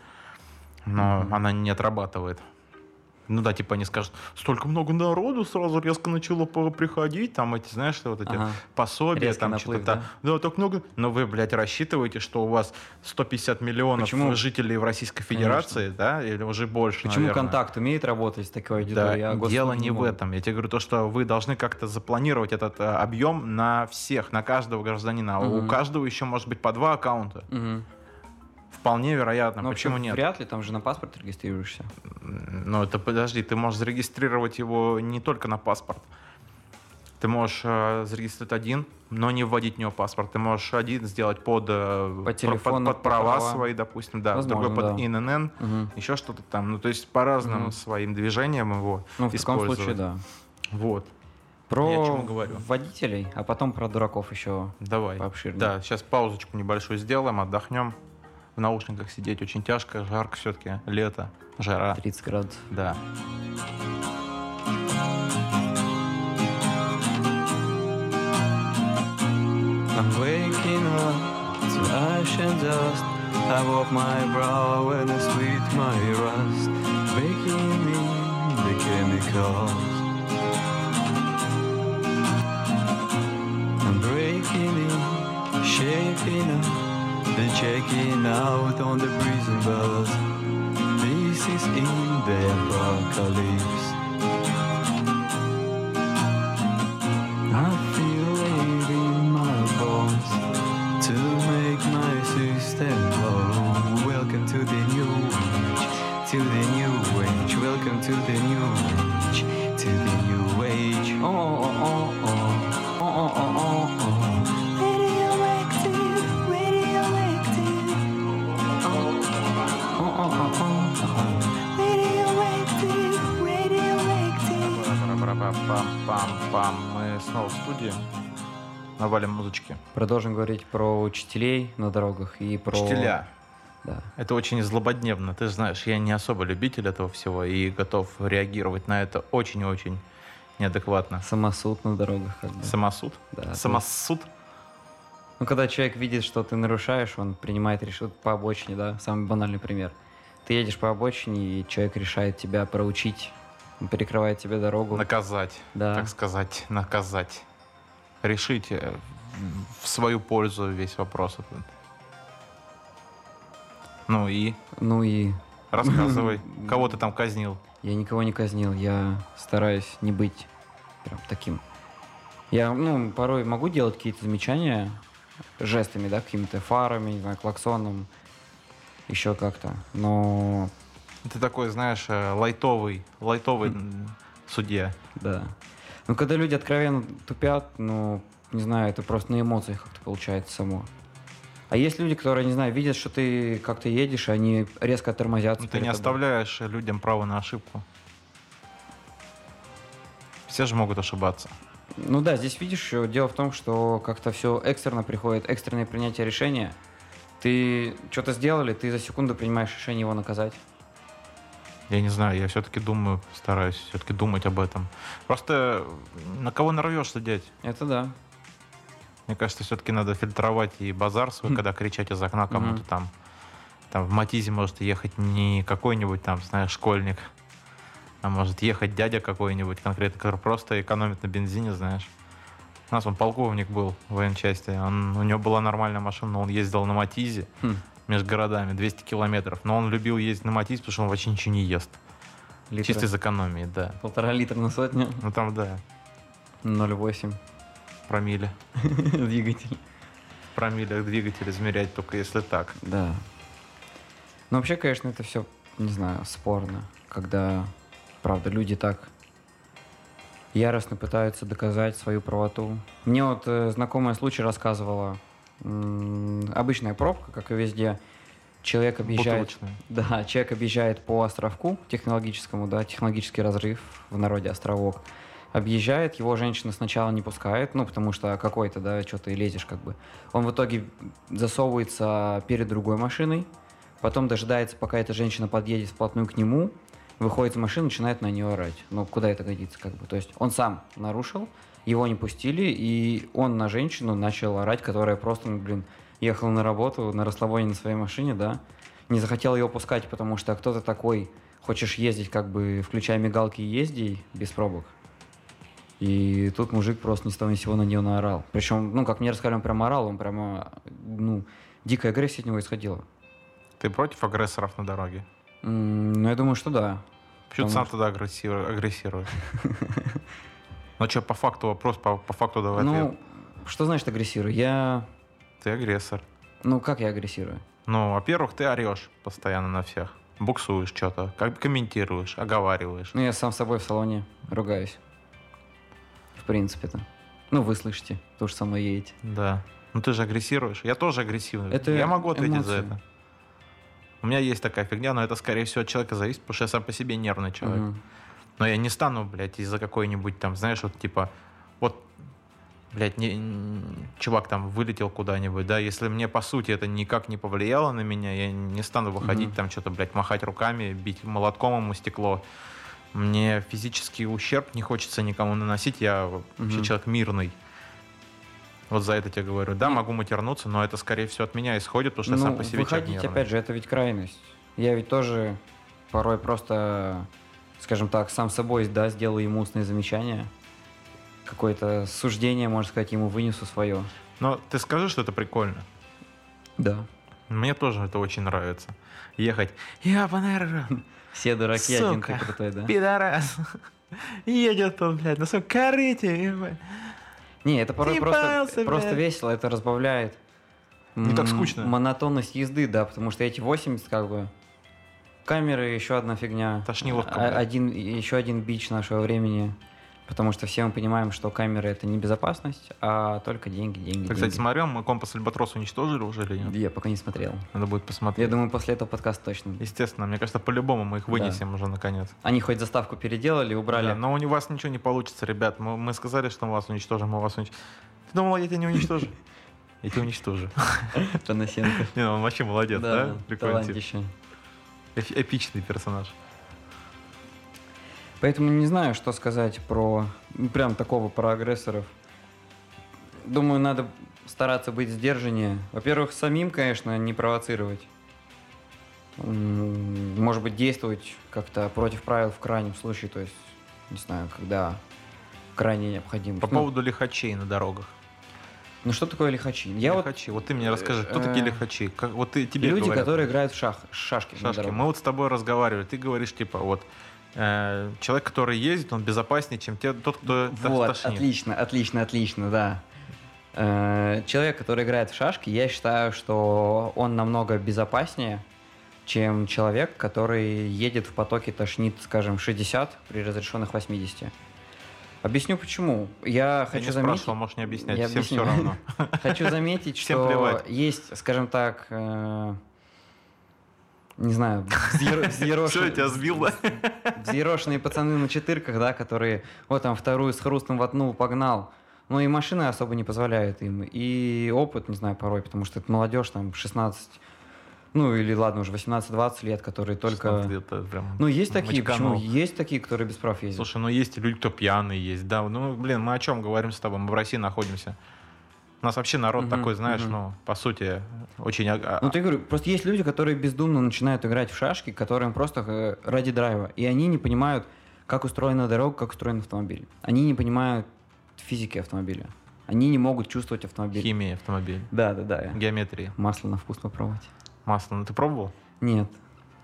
S2: Но
S3: Мгм.
S2: она не отрабатывает. Ну да, типа они скажут, столько много народу сразу резко начало по- приходить, там эти, знаешь, вот эти
S3: Ага.
S2: пособия,
S3: Резкий
S2: там
S3: наплыв,
S2: что-то. Да? так много. Но вы, блядь, рассчитываете, что у вас 150 миллионов
S3: Почему?
S2: жителей в Российской
S3: Конечно.
S2: Федерации, да, или уже больше,
S3: Почему
S2: наверное.
S3: контакт умеет работать с такой
S2: Да,
S3: аудиторией? а Госфилм
S2: дело не в
S3: могут?
S2: этом. Я тебе говорю то, что вы должны как-то запланировать этот э, объем на всех, на каждого гражданина. А У
S3: Мгм.
S2: каждого еще может быть по два аккаунта.
S3: Мгм.
S2: Вполне вероятно.
S3: Ну,
S2: Почему
S3: вообще,
S2: нет?
S3: Вряд ли, там же на паспорт регистрируешься.
S2: Ну, это подожди, ты можешь зарегистрировать его не только на паспорт. Ты можешь э, зарегистрировать один, но не вводить в него паспорт. Ты можешь один сделать под, э,
S3: По
S2: про- под-
S3: телефону,
S2: под
S3: под
S2: права
S3: права.
S2: свои, допустим, да,
S3: Возможно,
S2: другой под
S3: да.
S2: ИНН,
S3: Мгм.
S2: еще что-то там. Ну, то есть по разным
S3: Мгм.
S2: своим движениям его.
S3: Ну, в таком
S2: Использовать.
S3: случае, да.
S2: Вот,
S3: Про
S2: Я о чём и говорю.
S3: водителей, а потом про дураков еще
S2: давай.
S3: пообширнее.
S2: Да, сейчас паузочку небольшую сделаем, отдохнем. В наушниках сидеть очень тяжко, жарко все-таки, лето, жара.
S3: 30 градусов.
S2: Да.
S3: I'm waking up to ash and dust. I walk my brow and I sweat my rust. Breaking in the chemicals. I'm breaking in, shaping up, and checking out on the prison bus. This is in the apocalypse. I feel it in my bones to make my system blow. Welcome to the new age, to the new age. Welcome to the new age, to the new age. Oh, oh, oh, oh, oh, oh, oh, oh.
S4: Radioactive, radioactive,
S3: Oh, oh, oh, oh, oh.
S4: radioactive, radioactive.
S2: Пам-пам-пам. Мы снова в студии. Навалим музычки.
S3: Продолжим говорить про учителей на дорогах и про...
S2: Штиля.
S3: Да.
S2: Это очень злободневно. Ты же знаешь, я не особо любитель этого всего и готов реагировать на это очень-очень неадекватно.
S3: Самосуд на дорогах. Как бы.
S2: Самосуд?
S3: Да,
S2: Самосуд?
S3: Ну, когда человек видит, что ты нарушаешь, он принимает решение по обочине, да, самый банальный пример. Ты едешь по обочине, и человек решает тебя проучить, он перекрывает тебе дорогу.
S2: Наказать.
S3: Да.
S2: Так сказать, наказать. Решить э, в- в свою пользу весь вопрос. этот. Ну и
S3: Ну и
S2: рассказывай, кого ты там казнил.
S3: я никого не казнил, я стараюсь не быть прям таким. Я, ну, порой могу делать какие-то замечания жестами, да, какими-то фарами, не знаю, клаксоном, еще как-то. Но,
S2: Ты такой, знаешь, э, лайтовый, лайтовый м, судья.
S3: да. Ну, когда люди откровенно тупят, ну, не знаю, это просто на эмоциях как-то получается само. А есть люди, которые, не знаю, видят, что ты как-то едешь, и они резко тормозят.
S2: Ну, ты не оставляешь людям право на ошибку. Все же могут ошибаться.
S3: Ну да, здесь видишь, э, дело в том, что как-то все экстренно приходит, экстренное принятие решения. Ты что-то сделали, ты за секунду принимаешь решение его наказать.
S2: Я не знаю, я все-таки думаю, стараюсь все-таки думать об этом. Просто э, на кого нарвешься, дядь?
S3: Это да.
S2: Мне кажется, все-таки надо фильтровать и базар свой,
S3: Хм.
S2: когда кричать из окна кому-то
S3: Мгм.
S2: там. Там в Матизе может ехать не какой-нибудь там, знаешь, школьник, а может ехать дядя какой-нибудь конкретно, который просто экономит на бензине, знаешь. У нас он полковник был в военчасти, он, у него была нормальная машина, но он ездил на Матизе
S3: Хм.
S2: между городами 200 километров, но он любил ездить на Матизе, потому что он вообще ничего не ест.
S3: Литра.
S2: Чисто из экономии, да.
S3: Полтора литра на сотню,
S2: Ну там, да,
S3: 0,8
S2: промили.
S3: (laughs) двигатель.
S2: Промили двигатель измерять только если так.
S3: Да. Ну вообще, конечно, это все, не знаю, спорно, когда, правда, люди так яростно пытаются доказать свою правоту. Мне вот э, знакомая случай рассказывала. М, обычная пробка, как и везде. Человек объезжает...
S2: Бутылочные.
S3: Да, человек объезжает по островку технологическому, да, технологический разрыв, в народе островок. Объезжает, его женщина сначала не пускает, ну, потому что какой-то, да, что ты лезешь как бы. Он в итоге засовывается перед другой машиной, потом дожидается, пока эта женщина подъедет вплотную к нему, выходит из машины, начинает на нее орать. Ну, куда это годится, как бы. То есть он сам нарушил, его не пустили, и он на женщину начал орать, которая просто, ну, блин, ехала на работу на расслабоне на своей машине, да, не захотел ее пускать, потому что кто-то такой, хочешь ездить, как бы, включая мигалки и езди без пробок. И тут мужик просто ни с того ни с сего на нее наорал. Причем, ну, как мне рассказали, он прям орал, он прямо, ну, дикая агрессия от него исходила.
S2: Ты против агрессоров на дороге?
S3: М, Ну, я думаю, что да.
S2: Почему
S3: Потому
S2: ты сам тогда агрессиру-
S3: (laughs)
S2: агрессируешь? Ну что, по факту вопрос, по, по факту давай
S3: Ну,
S2: ответ.
S3: что значит агрессирую? Я...
S2: Ты агрессор.
S3: Ну, как я агрессирую?
S2: Ну, во-первых, ты орешь постоянно на всех. Буксуешь что-то, как комментируешь, оговариваешь.
S3: Ну, я сам с собой в салоне ругаюсь. В принципе-то. Ну, вы слышите, потому что со мной едете.
S2: Да. Ну ты же агрессируешь. Я тоже агрессивный.
S3: Это
S2: я могу ответить за
S3: эмоции.
S2: это. У меня есть такая фигня, но это, скорее всего, от человека зависит, потому что я сам по себе нервный человек.
S3: Мгм.
S2: Но я не стану, блядь, из-за какой-нибудь там, знаешь, вот типа, вот, блядь, не, н- чувак там вылетел куда-нибудь, да, если мне, по сути, это никак не повлияло на меня, я не стану выходить
S3: Мгм.
S2: там что-то, блядь, махать руками, бить молотком ему стекло. Мне физический ущерб не хочется никому наносить, я вообще
S3: Мгм.
S2: человек мирный. Вот за это тебе говорю. Да, могу матернуться, но это, скорее всего, от меня исходит, потому что я сам
S3: Ну,
S2: по себе человек
S3: выходить,
S2: нервный.
S3: опять же, это ведь крайность. Я ведь тоже порой просто, скажем так, сам собой, да, сделаю ему устные замечания. Какое-то суждение, можно сказать, ему вынесу свое.
S2: Но ты скажи, что это прикольно.
S3: Да.
S2: Мне тоже это очень нравится. Ехать. Я
S3: Все дураки, один ты
S2: Сука.
S3: крутой, (laughs) да?
S2: Пидорас. Едет он, блядь, на своем корыте.
S3: Не, это порой
S2: Ты
S3: просто,
S2: пался,
S3: просто
S2: блядь.
S3: весело, это разбавляет.
S2: Не Ну, так
S3: м,
S2: скучно.
S3: Монотонность езды, да, потому что эти 80 как бы... Камеры, еще одна фигня.
S2: Тошнило в
S3: А-
S2: кабак.
S3: один, еще один бич нашего времени. Потому что все мы понимаем, что камеры это не безопасность, а только деньги, деньги,
S2: Ты, кстати,
S3: деньги.
S2: смотрел, мы компас Альбатрос уничтожили уже или нет?
S3: Я пока не смотрел.
S2: Надо будет посмотреть.
S3: Я думаю, после этого подкаста точно.
S2: Естественно, мне кажется, по-любому мы их вынесем уже наконец.
S3: Они хоть заставку переделали, убрали.
S2: Да, ну. но у вас ничего не получится, ребят. Мы, мы сказали, что мы вас уничтожим, мы вас уничтожим. Ты думал, я тебя не
S3: (laughs)
S2: уничтожу? Я тебя уничтожу. (laughs)
S3: Танасенко.
S2: Не, ну он вообще молодец, да? Прикольный тип.
S3: талантище.
S2: Эф- Эпичный персонаж.
S3: Поэтому не знаю, что сказать про ну, прям такого про агрессоров. Думаю, надо стараться быть сдержаннее. Во-первых, самим, конечно, не провоцировать. М, Может быть, действовать как-то против правил в крайнем случае, то есть, не знаю, когда крайне необходимо.
S2: По
S3: Ну,
S2: поводу лихачей на дорогах.
S3: ну что такое лихачи? Я вот
S2: лихачи. Вот ты мне расскажи, кто такие
S3: э,
S2: лихачи? Как, вот ты, тебе
S3: люди,
S2: говорят.
S3: которые играют в шах, шашки, на
S2: Шашки,
S3: дороге.
S2: мы вот с тобой разговаривали. Ты говоришь, типа, вот э, человек, который ездит, он безопаснее, чем те, тот, кто та-
S3: Вот,
S2: тошнит.
S3: отлично, отлично, отлично, да. Э, Человек, который играет в шашки, я считаю, что он намного безопаснее, чем человек, который едет в потоке тошнит, скажем, 60 при разрешенных 80. Объясню почему. Я
S2: Я
S3: хочу
S2: не
S3: заметить...
S2: спрашивал, можешь не объяснять,
S3: Я
S2: всем
S3: объясню.
S2: все
S3: (laughs)
S2: равно.
S3: Хочу заметить,
S2: Всем
S3: что
S2: плевать.
S3: есть, скажем так, э, не знаю,
S2: (laughs)
S3: взъеро-
S2: Все, я
S3: взъерошен-
S2: тебя сбил, да?
S3: (laughs) взъерошенные пацаны на четырках, да, которые вот там вторую с хрустом воткнул, погнал. Ну и машины особо не позволяют им. И опыт, не знаю, порой, потому что это молодежь, там, 16, ну или ладно, уже 18-20 лет, которые только...
S2: Где-то прям
S3: Ну есть такие,
S2: мочканул.
S3: почему? Есть такие, которые без прав ездят.
S2: Слушай, ну есть и люди, кто пьяные есть, да. Ну, блин, мы о чем говорим с тобой? Мы в России находимся. У нас вообще народ
S3: Мгм,
S2: такой, знаешь,
S3: мгм.
S2: ну, по сути, очень... а- а-
S3: Ну, ты говорю, просто есть люди, которые бездумно начинают играть в шашки, которым просто э, ради драйва. И они не понимают, как устроена дорога, как устроен автомобиль. Они не понимают физики автомобиля. Они не могут чувствовать автомобиль.
S2: химия
S3: (laughs)
S2: автомобиля,
S3: Да, да, да.
S2: геометрии.
S3: Масло на вкус попробовать.
S2: Масло, ну ты пробовал?
S3: Нет,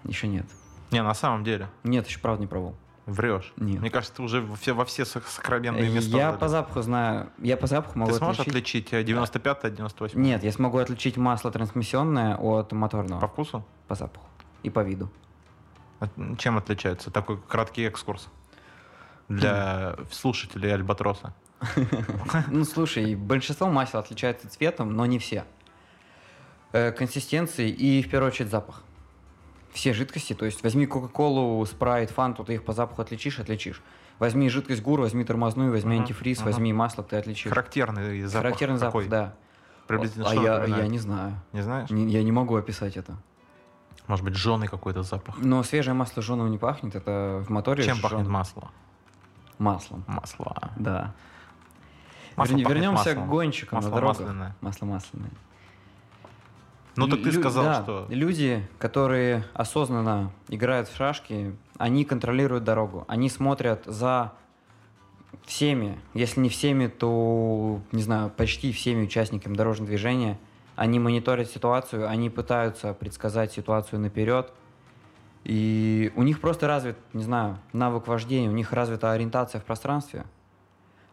S3: еще нет.
S2: Не, на самом деле,
S3: Нет, еще правда не пробовал.
S2: врешь.
S3: Нет.
S2: Мне кажется, ты уже во все, во все сак- сакраментные места.
S3: Э, Я
S2: залез.
S3: по запаху знаю. Я по запаху могу
S2: Ты сможешь
S3: отличить.
S2: отличить э, 95 98
S3: Нет, я смогу отличить масло трансмиссионное от моторного
S2: По
S3: по,
S2: вкусу?
S3: запаху и по виду.
S2: От- Чем отличается? Такой краткий экскурс для слушателей Альбатроса.
S3: Ну слушай, большинство масел отличается цветом, но не все. Э, Консистенцией и в первую очередь запах. Все жидкости, то есть возьми Кока-Колу, Спрайт, Фанту, ты их по запаху отличишь, отличишь. Возьми жидкость гур, возьми тормозную, возьми
S2: Мгм,
S3: антифриз,
S2: мгм.
S3: возьми масло, ты отличишь.
S2: Характерный запах.
S3: Характерный запах,
S2: какой?
S3: да.
S2: Приблизительно
S3: а
S2: что
S3: я,
S2: напоминает?
S3: я не знаю.
S2: Не знаешь?
S3: Не- я не могу описать это.
S2: Может быть, жженый какой-то запах.
S3: Но свежее масло жженого не пахнет, это в моторе
S2: Чем
S3: жжён-
S2: пахнет масло?
S3: Маслом,
S2: Масло.
S3: да.
S2: Масло
S3: Верни-
S2: пахнет
S3: вернемся
S2: маслом.
S3: к гонщикам
S2: Масло
S3: на дорогах.
S2: масляное.
S3: Масло масляное.
S2: Ну так
S3: Лю-
S2: ты
S3: лю-
S2: сказал,
S3: да,
S2: что...
S3: Люди, которые осознанно играют в шашки, они контролируют дорогу. Они смотрят за всеми, если не всеми, то, не знаю, почти всеми участниками дорожного движения. Они мониторят ситуацию, они пытаются предсказать ситуацию наперед. И у них просто развит, не знаю, навык вождения, у них развита ориентация в пространстве.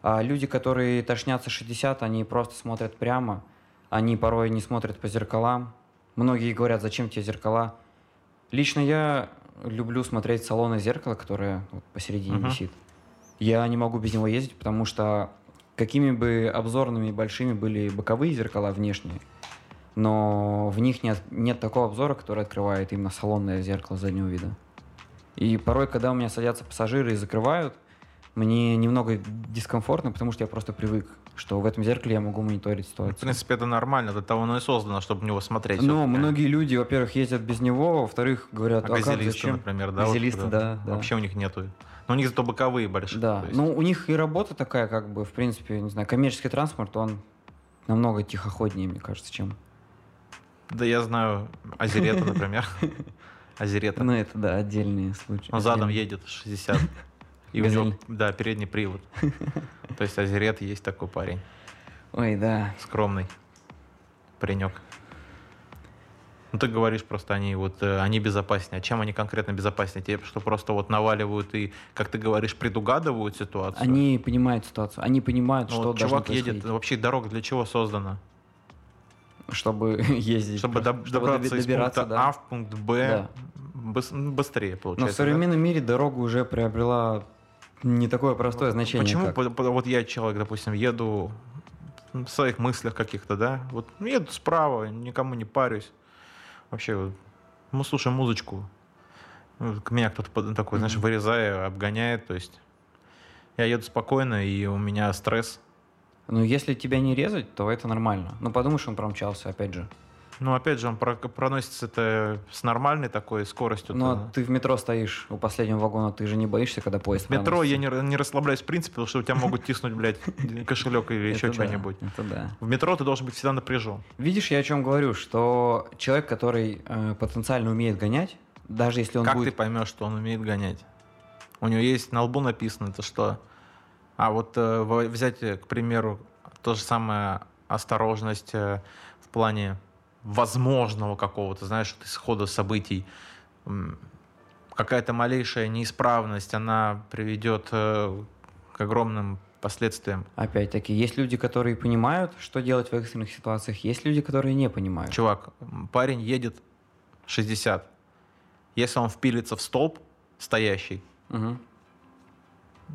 S3: А люди, которые тошнятся 60, они просто смотрят прямо, они порой не смотрят по зеркалам. Многие говорят, зачем тебе зеркала. Лично я люблю смотреть салонное зеркало, которое вот посередине
S2: Мгм.
S3: висит. Я не могу без него ездить, потому что какими бы обзорными и большими были боковые зеркала внешние, но в них нет, нет такого обзора, который открывает именно салонное зеркало заднего вида. И порой, когда у меня садятся пассажиры и закрывают, мне немного дискомфортно, потому что я просто привык, что в этом зеркале я могу мониторить
S2: В
S3: ситуацию.
S2: принципе, это нормально, для того оно и создано, чтобы в него смотреть.
S3: Но
S2: всё-таки.
S3: многие люди, во-первых, ездят без него, во-вторых, говорят,
S2: А
S3: а, как,
S2: газелисты,
S3: зачем?
S2: например, да? вот
S3: Газелисты,
S2: это-
S3: да, да.
S2: Вообще у них нету. Но у них зато боковые большие.
S3: Да,
S2: то есть.
S3: ну у них и работа такая, как бы, в принципе, не знаю, коммерческий транспорт, он намного тихоходнее, мне кажется, чем...
S2: Да я знаю Азерета,
S3: (laughs)
S2: например. Азерета.
S3: Ну это, да, отдельные случаи.
S2: Он задом
S3: Отдельные.
S2: едет 60. И у него,
S3: Газель.
S2: да, передний
S3: (laughs)
S2: привод. То есть Азерет есть такой парень.
S3: Ой, да.
S2: Скромный паренек. Ну, ты говоришь просто, они вот, э, они безопаснее. А чем они конкретно безопаснее? Те, что просто вот наваливают и, как ты говоришь, предугадывают ситуацию?
S3: Они понимают ситуацию, они понимают,
S2: Ну,
S3: что
S2: вот
S3: должно
S2: чувак едет,
S3: происходить,
S2: вообще дорога для чего создана?
S3: чтобы (laughs) ездить.
S2: ну, Чтобы,
S3: просто,
S2: доб-
S3: чтобы
S2: добраться
S3: доби-
S2: из
S3: добираться,
S2: пункта
S3: да.
S2: А в пункт Б быс- ну, быстрее,
S3: Но
S2: получается. да?
S3: в современном мире дорога уже приобрела не такое простое значение.
S2: Ну, Почему
S3: как-
S2: по- по- вот я человек, допустим, еду в своих мыслях каких-то, да, вот еду справа, никому не парюсь, вообще, вот, ну, слушаю музычку, Ну, к меня кто-то под- такой, знаешь,
S3: Мгм.
S2: вырезая, обгоняет, то есть я еду спокойно, и у меня стресс.
S3: Ну, если тебя не резать, то это нормально. Ну, подумаешь, он промчался, опять же.
S2: Ну, опять же, он про- проносится это с нормальной такой скоростью.
S3: Но
S2: да.
S3: ты в метро стоишь у последнего вагона, ты же не боишься, когда поезд
S2: В метро я
S3: проносится?
S2: не, ра- не расслабляюсь в принципе, потому что у тебя могут тиснуть, блядь,
S3: (laughs)
S2: кошелек или еще
S3: Это да,
S2: что-нибудь.
S3: это да.
S2: В метро ты должен быть всегда напряжен.
S3: Видишь, я о чем говорю, что человек, который э, потенциально умеет гонять, даже если он
S2: как ты
S3: будет...
S2: поймешь, что он умеет гонять? У него есть на лбу написано, это что? А вот э, во- взять, э, к примеру, то же самое осторожность э, в плане возможного какого-то, знаешь, вот исхода событий. М, Какая-то малейшая неисправность, она приведет э, к огромным последствиям.
S3: Опять-таки, есть люди, которые понимают, что делать в экстренных ситуациях, есть люди, которые не понимают.
S2: Чувак, м, парень едет 60. Если он впилится в столб стоящий,
S3: Мгм.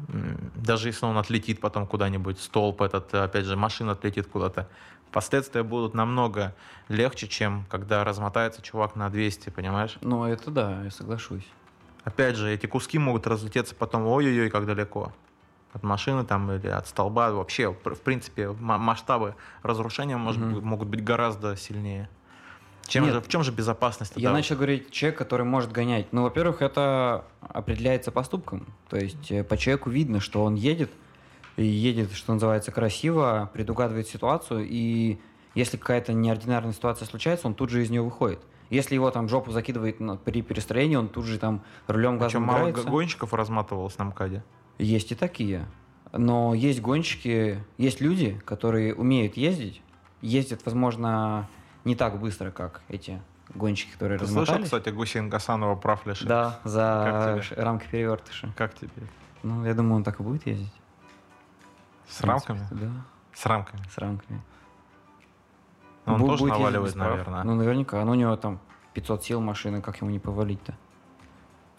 S2: м, даже если он отлетит потом куда-нибудь, столб этот, э, опять же, машина отлетит куда-то, последствия будут намного легче, чем когда размотается чувак на 200, понимаешь?
S3: Ну, это да, я соглашусь.
S2: Опять же, эти куски могут разлететься потом, ой-ой-ой, как далеко. От машины там или от столба, вообще, пр- в принципе, ма- масштабы разрушения может
S3: Мгм.
S2: быть- могут быть гораздо сильнее. Чем
S3: Нет.
S2: же, в чем же безопасность?
S3: Я
S2: тогда?
S3: начал говорить человек, который может гонять. Ну, во-первых, это определяется поступком. То есть э, по человеку видно, что он едет, и едет, что называется, красиво, предугадывает ситуацию, и если какая-то неординарная ситуация случается, он тут же из нее выходит. Если его там в жопу закидывает на- при перестроении, он тут же там рулем
S2: Причем
S3: газом
S2: мало
S3: играется.
S2: гонщиков разматывалось на МКАДе.
S3: Есть и такие. Но есть гонщики, есть люди, которые умеют ездить, ездят, возможно, не так быстро, как эти гонщики, которые
S2: Ты слышал,
S3: размотались.
S2: кстати, Гусейн Гасанова прав лишь?
S3: Да,
S2: Как
S3: за
S2: тебе?
S3: ш- рамки перевертыша.
S2: Как тебе?
S3: Ну, я думаю, он так и будет ездить.
S2: С
S3: В принципе,
S2: рамками?
S3: Да,
S2: С рамками.
S3: с рамками.
S2: Но Ну, он
S3: Бу-
S2: тоже
S3: будет ездить
S2: наваливает,
S3: без прав.
S2: наверное.
S3: Ну, наверняка. Ну, у него там 500 сил машины, как ему не повалить-то?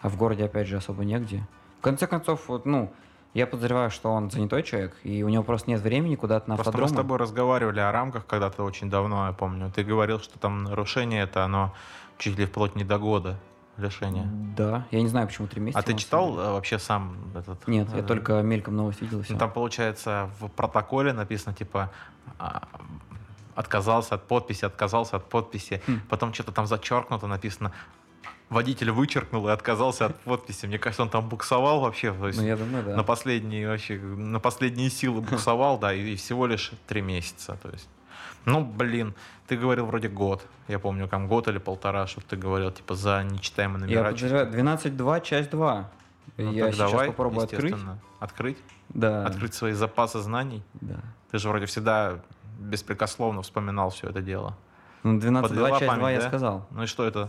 S3: А в городе, опять же, особо негде. В конце концов, вот, ну, я подозреваю, что он занятой человек, и у него просто нет времени куда-то на
S2: Просто мы
S3: автодром.
S2: с тобой разговаривали о рамках когда-то очень давно, я помню. Ты говорил, что там нарушение это, оно чуть ли вплоть не до года лишения.
S3: Да, я не знаю, почему три месяца.
S2: А ты
S3: на самом
S2: читал
S3: деле.
S2: э, вообще сам этот?
S3: Нет, я
S2: э,
S3: только мельком новость видел и все.
S2: ну, Там, получается, в протоколе написано, типа, а, отказался от подписи, отказался от подписи.
S3: Хм.
S2: Потом что-то там зачеркнуто, написано, водитель вычеркнул и отказался от подписи. Мне кажется, он там буксовал вообще. то есть
S3: Ну, я думаю, да.
S2: на последние вообще на последние
S3: (laughs)
S2: силы буксовал, да, и, и всего лишь три месяца, то есть. Ну, блин, ты говорил вроде год. Я помню, там год или полтора, что ты говорил, типа, за нечитаемые
S3: Я
S2: номера.
S3: подозреваю, 12.2, часть 2.
S2: Ну,
S3: я
S2: так
S3: сейчас
S2: давай,
S3: попробую открыть.
S2: естественно, Открыть?
S3: Да.
S2: Открыть свои запасы знаний?
S3: Да.
S2: Ты же вроде всегда беспрекословно вспоминал все это дело.
S3: Ну, 12.2,
S2: Подвела
S3: часть 2
S2: память,
S3: я
S2: да?
S3: сказал.
S2: Ну и что это?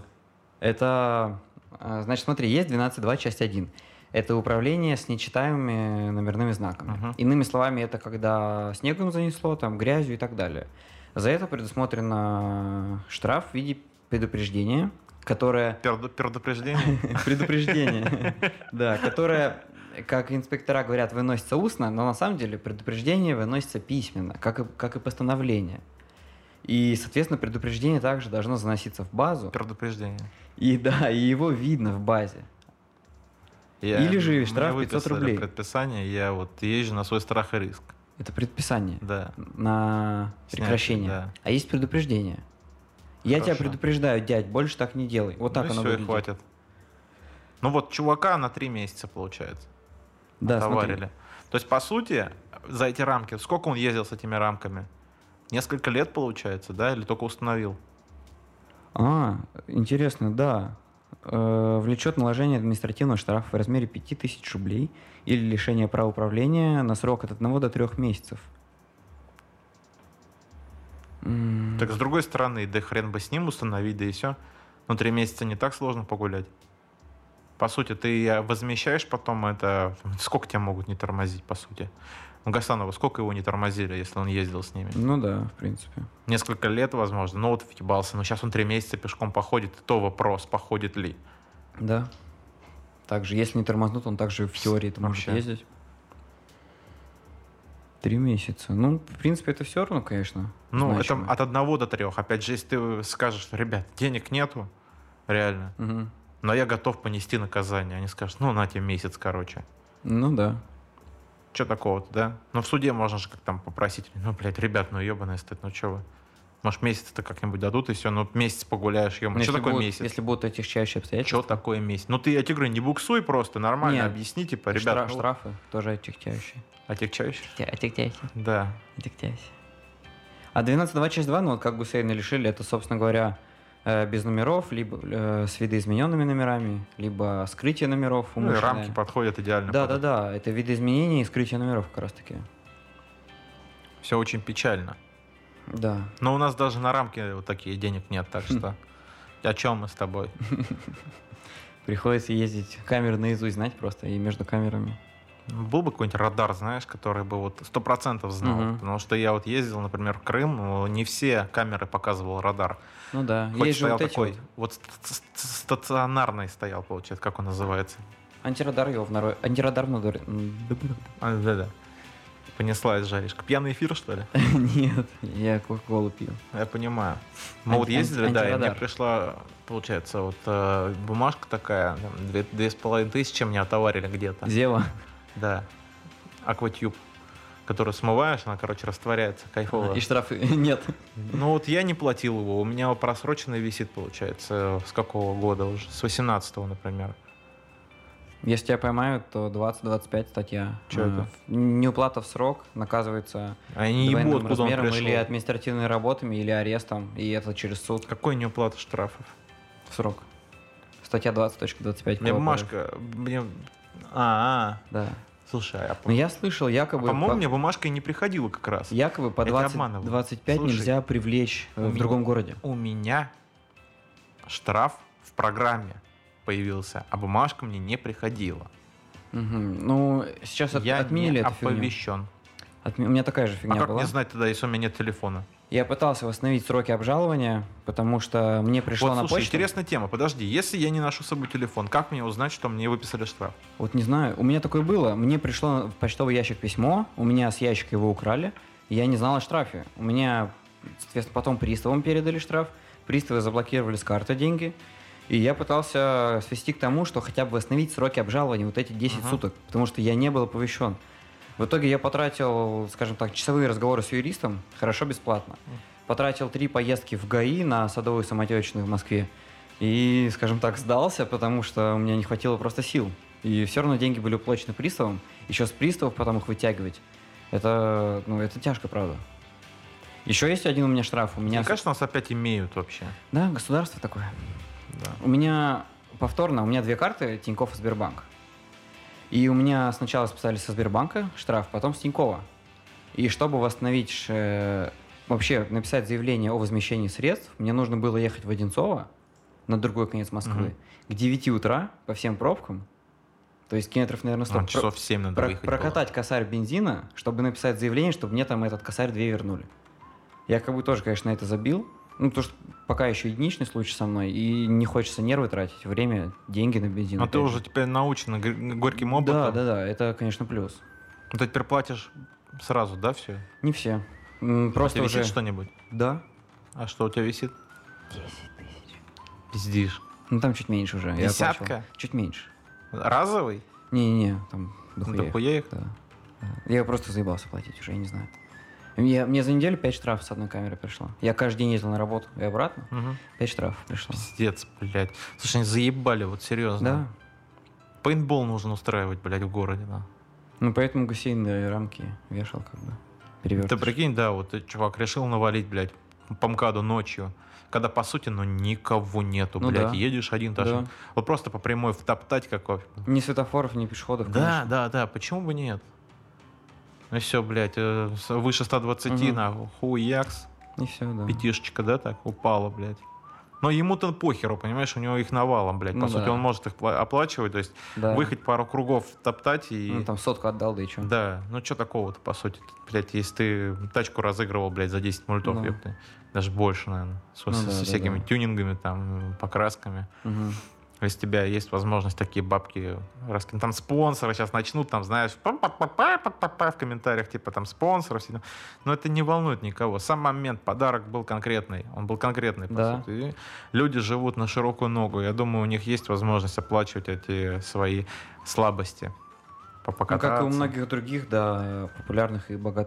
S3: Это, а, значит, смотри, есть 12.2, часть 1. Это управление с нечитаемыми номерными знаками.
S2: Мгм.
S3: Иными словами, это когда снегом занесло, там, грязью и так далее. За это предусмотрено штраф в виде предупреждения, которое...
S2: Перд-
S3: (laughs)
S2: Предупреждение?
S3: Предупреждение, (laughs) да, которое, как инспектора говорят, выносится устно, но на самом деле предупреждение выносится письменно, как и, как и постановление. И, соответственно, предупреждение также должно заноситься в базу.
S2: Предупреждение.
S3: И да, и его видно в базе.
S2: Я-
S3: Или же
S2: мне
S3: штраф 500
S2: выписали
S3: рублей.
S2: предписание, я вот езжу на свой страх и риск.
S3: Это предписание
S2: Да.
S3: на
S2: Снятие,
S3: прекращение.
S2: да.
S3: А есть предупреждение. Я тебя
S2: Хорошо.
S3: предупреждаю, дядь, больше так не делай. Вот так
S2: ну и
S3: оно
S2: всё, и
S3: выглядит.
S2: хватит. Ну вот чувака на три месяца, получается,
S3: Да, смотри.
S2: товарили. То есть, по сути, за эти рамки, сколько он ездил с этими рамками? Несколько лет, получается, да? Или только установил?
S3: А, интересно, да. Э, влечет наложение административного штрафа в размере 5000 рублей или лишение права управления на срок от 1 до 3 месяцев. М,
S2: Так, с другой стороны, да хрен бы с ним установить, да и все. Но три месяца не так сложно погулять. По сути, ты э, возмещаешь потом это... Сколько тебя могут не тормозить, по сути? У Гасанова сколько его не тормозили, если он ездил с ними?
S3: Ну да, в принципе.
S2: Несколько лет, возможно. Ну вот въебался. Но сейчас он три месяца пешком походит. И то вопрос, походит ли.
S3: Да. Также, если не тормознут, он также в теории это может
S2: Вообще.
S3: ездить. Три месяца. Ну, в принципе, это все равно, конечно.
S2: Ну,
S3: значимо.
S2: это от одного до трех. Опять же, если ты скажешь, что, ребят, денег нету, реально,
S3: Мгм.
S2: но я готов понести наказание. Они скажут, ну, на тебе месяц, короче.
S3: Ну да.
S2: Че такого-то, да? Ну, в суде можно же как там попросить. Ну, блядь, ребят, ну, ебаная стыд, ну, че вы? Может, месяц-то как-нибудь дадут, и все, ну, месяц погуляешь, ё
S3: Ну,
S2: Что
S3: если
S2: такое
S3: будут-
S2: месяц?
S3: Если будут отягчающие обстоятельства.
S2: Че такое месяц? Ну, ты, я тебе говорю, не буксуй просто, нормально
S3: Нет.
S2: объясни, типа,
S3: и
S2: ребят,
S3: штра-
S2: ну,
S3: штрафы тоже отягчающие.
S2: отягчающий? (laughs)
S3: Отягчающие.
S2: Да.
S3: Отягчающие. А 12.2 часть 2, ну вот как Гусейна лишили, это, собственно говоря, э, без номеров, либо э, с видоизмененными номерами, либо скрытие номеров.
S2: Ну, и
S3: умышленное.
S2: рамки подходят идеально.
S3: Да, да, да. Это видоизменение и скрытие номеров как раз таки.
S2: Все очень печально.
S3: Да.
S2: Но у нас даже на рамке вот такие денег нет, так
S3: Хм.
S2: что о чем мы с тобой?
S3: Приходится ездить камеры наизусть знать просто и между камерами.
S2: Был бы какой-нибудь радар, знаешь, который бы вот сто процентов знал,
S3: Мгм.
S2: потому что я вот ездил, например, в Крым, э, не все камеры показывал радар.
S3: Ну да,
S2: Хоть
S3: есть же
S2: стоял
S3: вот эти
S2: такой,
S3: вот.
S2: вот ст- ст- ст- стационарный стоял, получается, как он называется.
S3: Антирадар его в наро- Антирадар в надоре- м,
S2: А, да-да. Понеслась жаришка. Пьяный эфир, что
S3: (laughs)
S2: ли?
S3: (laughs) Нет, я кока-колу пью.
S2: Я понимаю. Мы
S3: Анти-
S2: вот ездили,
S3: анти-
S2: да, и мне
S3: антирадар.
S2: пришла, получается, вот э, бумажка такая, там, две, две с половиной тысячи мне отоварили где-то.
S3: Зева.
S2: Да. Акватюб, который смываешь, она, короче, растворяется, кайфово.
S3: (laughs) И штрафы нет.
S2: Ну вот я не платил его, у меня просроченный висит, получается, с какого года уже? С 18 например.
S3: Если тебя поймают, то 20-25 статья.
S2: Чё
S3: Э,
S2: это?
S3: в- Неуплата в срок наказывается
S2: А я не ебу,
S3: двойным
S2: откуда он
S3: размером
S2: пришел.
S3: или административными работами, или арестом, и это через суд
S2: Какой неуплата штрафов?
S3: в срок. Статья 20.25.
S2: У меня
S3: Кодекса.
S2: бумажка, мне... А,
S3: Да.
S2: слушай, а
S3: Но
S2: по-
S3: Ну, я слышал,
S2: а
S3: якобы...
S2: по-моему,
S3: по-
S2: мне бумажка и не приходила как раз.
S3: Якобы по
S2: Я тебя
S3: 20,
S2: обманываю.
S3: 25
S2: Слушай,
S3: нельзя привлечь э,
S2: у
S3: в
S2: меня-
S3: другом городе.
S2: У меня штраф в программе появился, а бумажка мне не приходила.
S3: Мгм. Ну, сейчас от-
S2: я не
S3: отменили эту фигню.
S2: оповещен.
S3: Отме- У меня такая же
S2: А
S3: фигня
S2: как
S3: была.
S2: мне знать тогда, если у меня нет телефона?
S3: Я пытался восстановить сроки обжалования, потому что мне пришло
S2: вот,
S3: на
S2: слушай,
S3: почту.
S2: интересная тема. Подожди, если я не ношу с собой телефон, как мне узнать, что мне выписали штраф?
S3: Вот не знаю, у меня такое было. Мне пришло в почтовый ящик письмо, у меня с ящика его украли, и я не знал о штрафе. У меня, соответственно, потом приставам передали штраф, приставы заблокировали с карты деньги, и я пытался свести к тому, что хотя бы восстановить сроки обжалования вот эти 10
S2: Мгм.
S3: суток, потому что я не был оповещен. В итоге я потратил, скажем так, часовые разговоры с юристом, хорошо, бесплатно. Потратил три поездки в ГАИ на Садовую самотечную в Москве. И, скажем так, сдался, потому что у меня не хватило просто сил. И все равно деньги были уплачены приставом. Еще с приставов потом их вытягивать. Это, ну, это тяжко, правда. Еще есть один у меня штраф. У меня...
S2: Мне кажется, нас опять имеют вообще.
S3: Да, государство такое.
S2: Да.
S3: У меня повторно, у меня две карты Тинькофф и Сбербанк. И у меня сначала списали со Сбербанка штраф, потом с Тинькова. И чтобы восстановить, э, вообще написать заявление о возмещении средств, мне нужно было ехать в Одинцово, на другой конец Москвы,
S2: Мгм.
S3: к 9 утра по всем пробкам, то есть километров, наверное, 100.
S2: А, часов 7 надо
S3: Про-
S2: выехать было. А
S3: прокатать косарь бензина, чтобы написать заявление, чтобы мне там этот косарь две вернули. Я как бы тоже, конечно, на это забил. Ну, потому что пока еще единичный случай со мной, и не хочется нервы тратить, время, деньги на бензин.
S2: А
S3: опять
S2: ты
S3: же.
S2: уже теперь научен гор- горьким
S3: Да,
S2: опытом.
S3: да, да, это, конечно, плюс.
S2: Ну, Ты теперь платишь сразу, да, все?
S3: Не все. М, Просто уже...
S2: висит что-нибудь?
S3: Да.
S2: А что у тебя висит?
S4: 10 тысяч.
S2: Пиздишь.
S3: Ну, там чуть меньше уже. я оплачивал.
S2: Десятка?
S3: Чуть меньше.
S2: Разовый?
S3: Не-не-не, там дохуя. их.
S2: Дохуя их?
S3: Да. Да. Я просто заебался платить уже, я не знаю. Я, мне за неделю 5 штрафов с одной камеры пришло. Я каждый день ездил на работу и обратно.
S2: Мгм.
S3: 5 штрафов пришло.
S2: Пиздец, блядь. Слушай, они заебали, вот серьезно.
S3: Да.
S2: Пейнтбол нужно устраивать, блядь, в городе, да.
S3: Ну, поэтому Гусейн да, и рамки вешал как бы.
S2: Ты
S3: Перевертыш.
S2: прикинь, да, вот э, чувак решил навалить, блядь, по МКАДу ночью, когда, по сути, ну, никого нету,
S3: Ну
S2: блядь,
S3: да.
S2: едешь один даже.
S3: Да.
S2: Вот просто по прямой втоптать как вообще.
S3: Ни светофоров, ни пешеходов,
S2: Да,
S3: конечно.
S2: да, да, почему бы нет? Ну все, блядь, э, с- выше 120,
S3: Мгм.
S2: нахуй, хуякс,
S3: И все, да.
S2: пятишечка, да, так, упала, блядь. Но ему-то похеру, понимаешь, у него их навалом, блядь. По
S3: Ну
S2: сути,
S3: да.
S2: он может их пла- оплачивать, то есть
S3: Да.
S2: выехать пару кругов топтать и...
S3: Ну, там сотку отдал, да и что.
S2: Да, ну что такого-то, по сути, блядь, если ты тачку разыгрывал, блядь, за 10 мультов,
S3: Ну.
S2: ёпты. Даже больше, наверное. С-
S3: Ну
S2: со
S3: да, да,
S2: всякими
S3: да.
S2: тюнингами, там, покрасками.
S3: Ну,
S2: Если у тебя есть возможность такие бабки раскинуть. Там спонсоры сейчас начнут, там, знаешь, па-па-па-па-па-па в комментариях, типа там спонсоров. всё. Но это не волнует никого. Сам момент, подарок был конкретный. Он был конкретный, по
S3: Да.
S2: сути. И люди живут на широкую ногу. Я думаю, у них есть возможность оплачивать эти свои слабости.
S3: Ну, как и
S2: Покататься.
S3: у многих других, да, популярных и богатых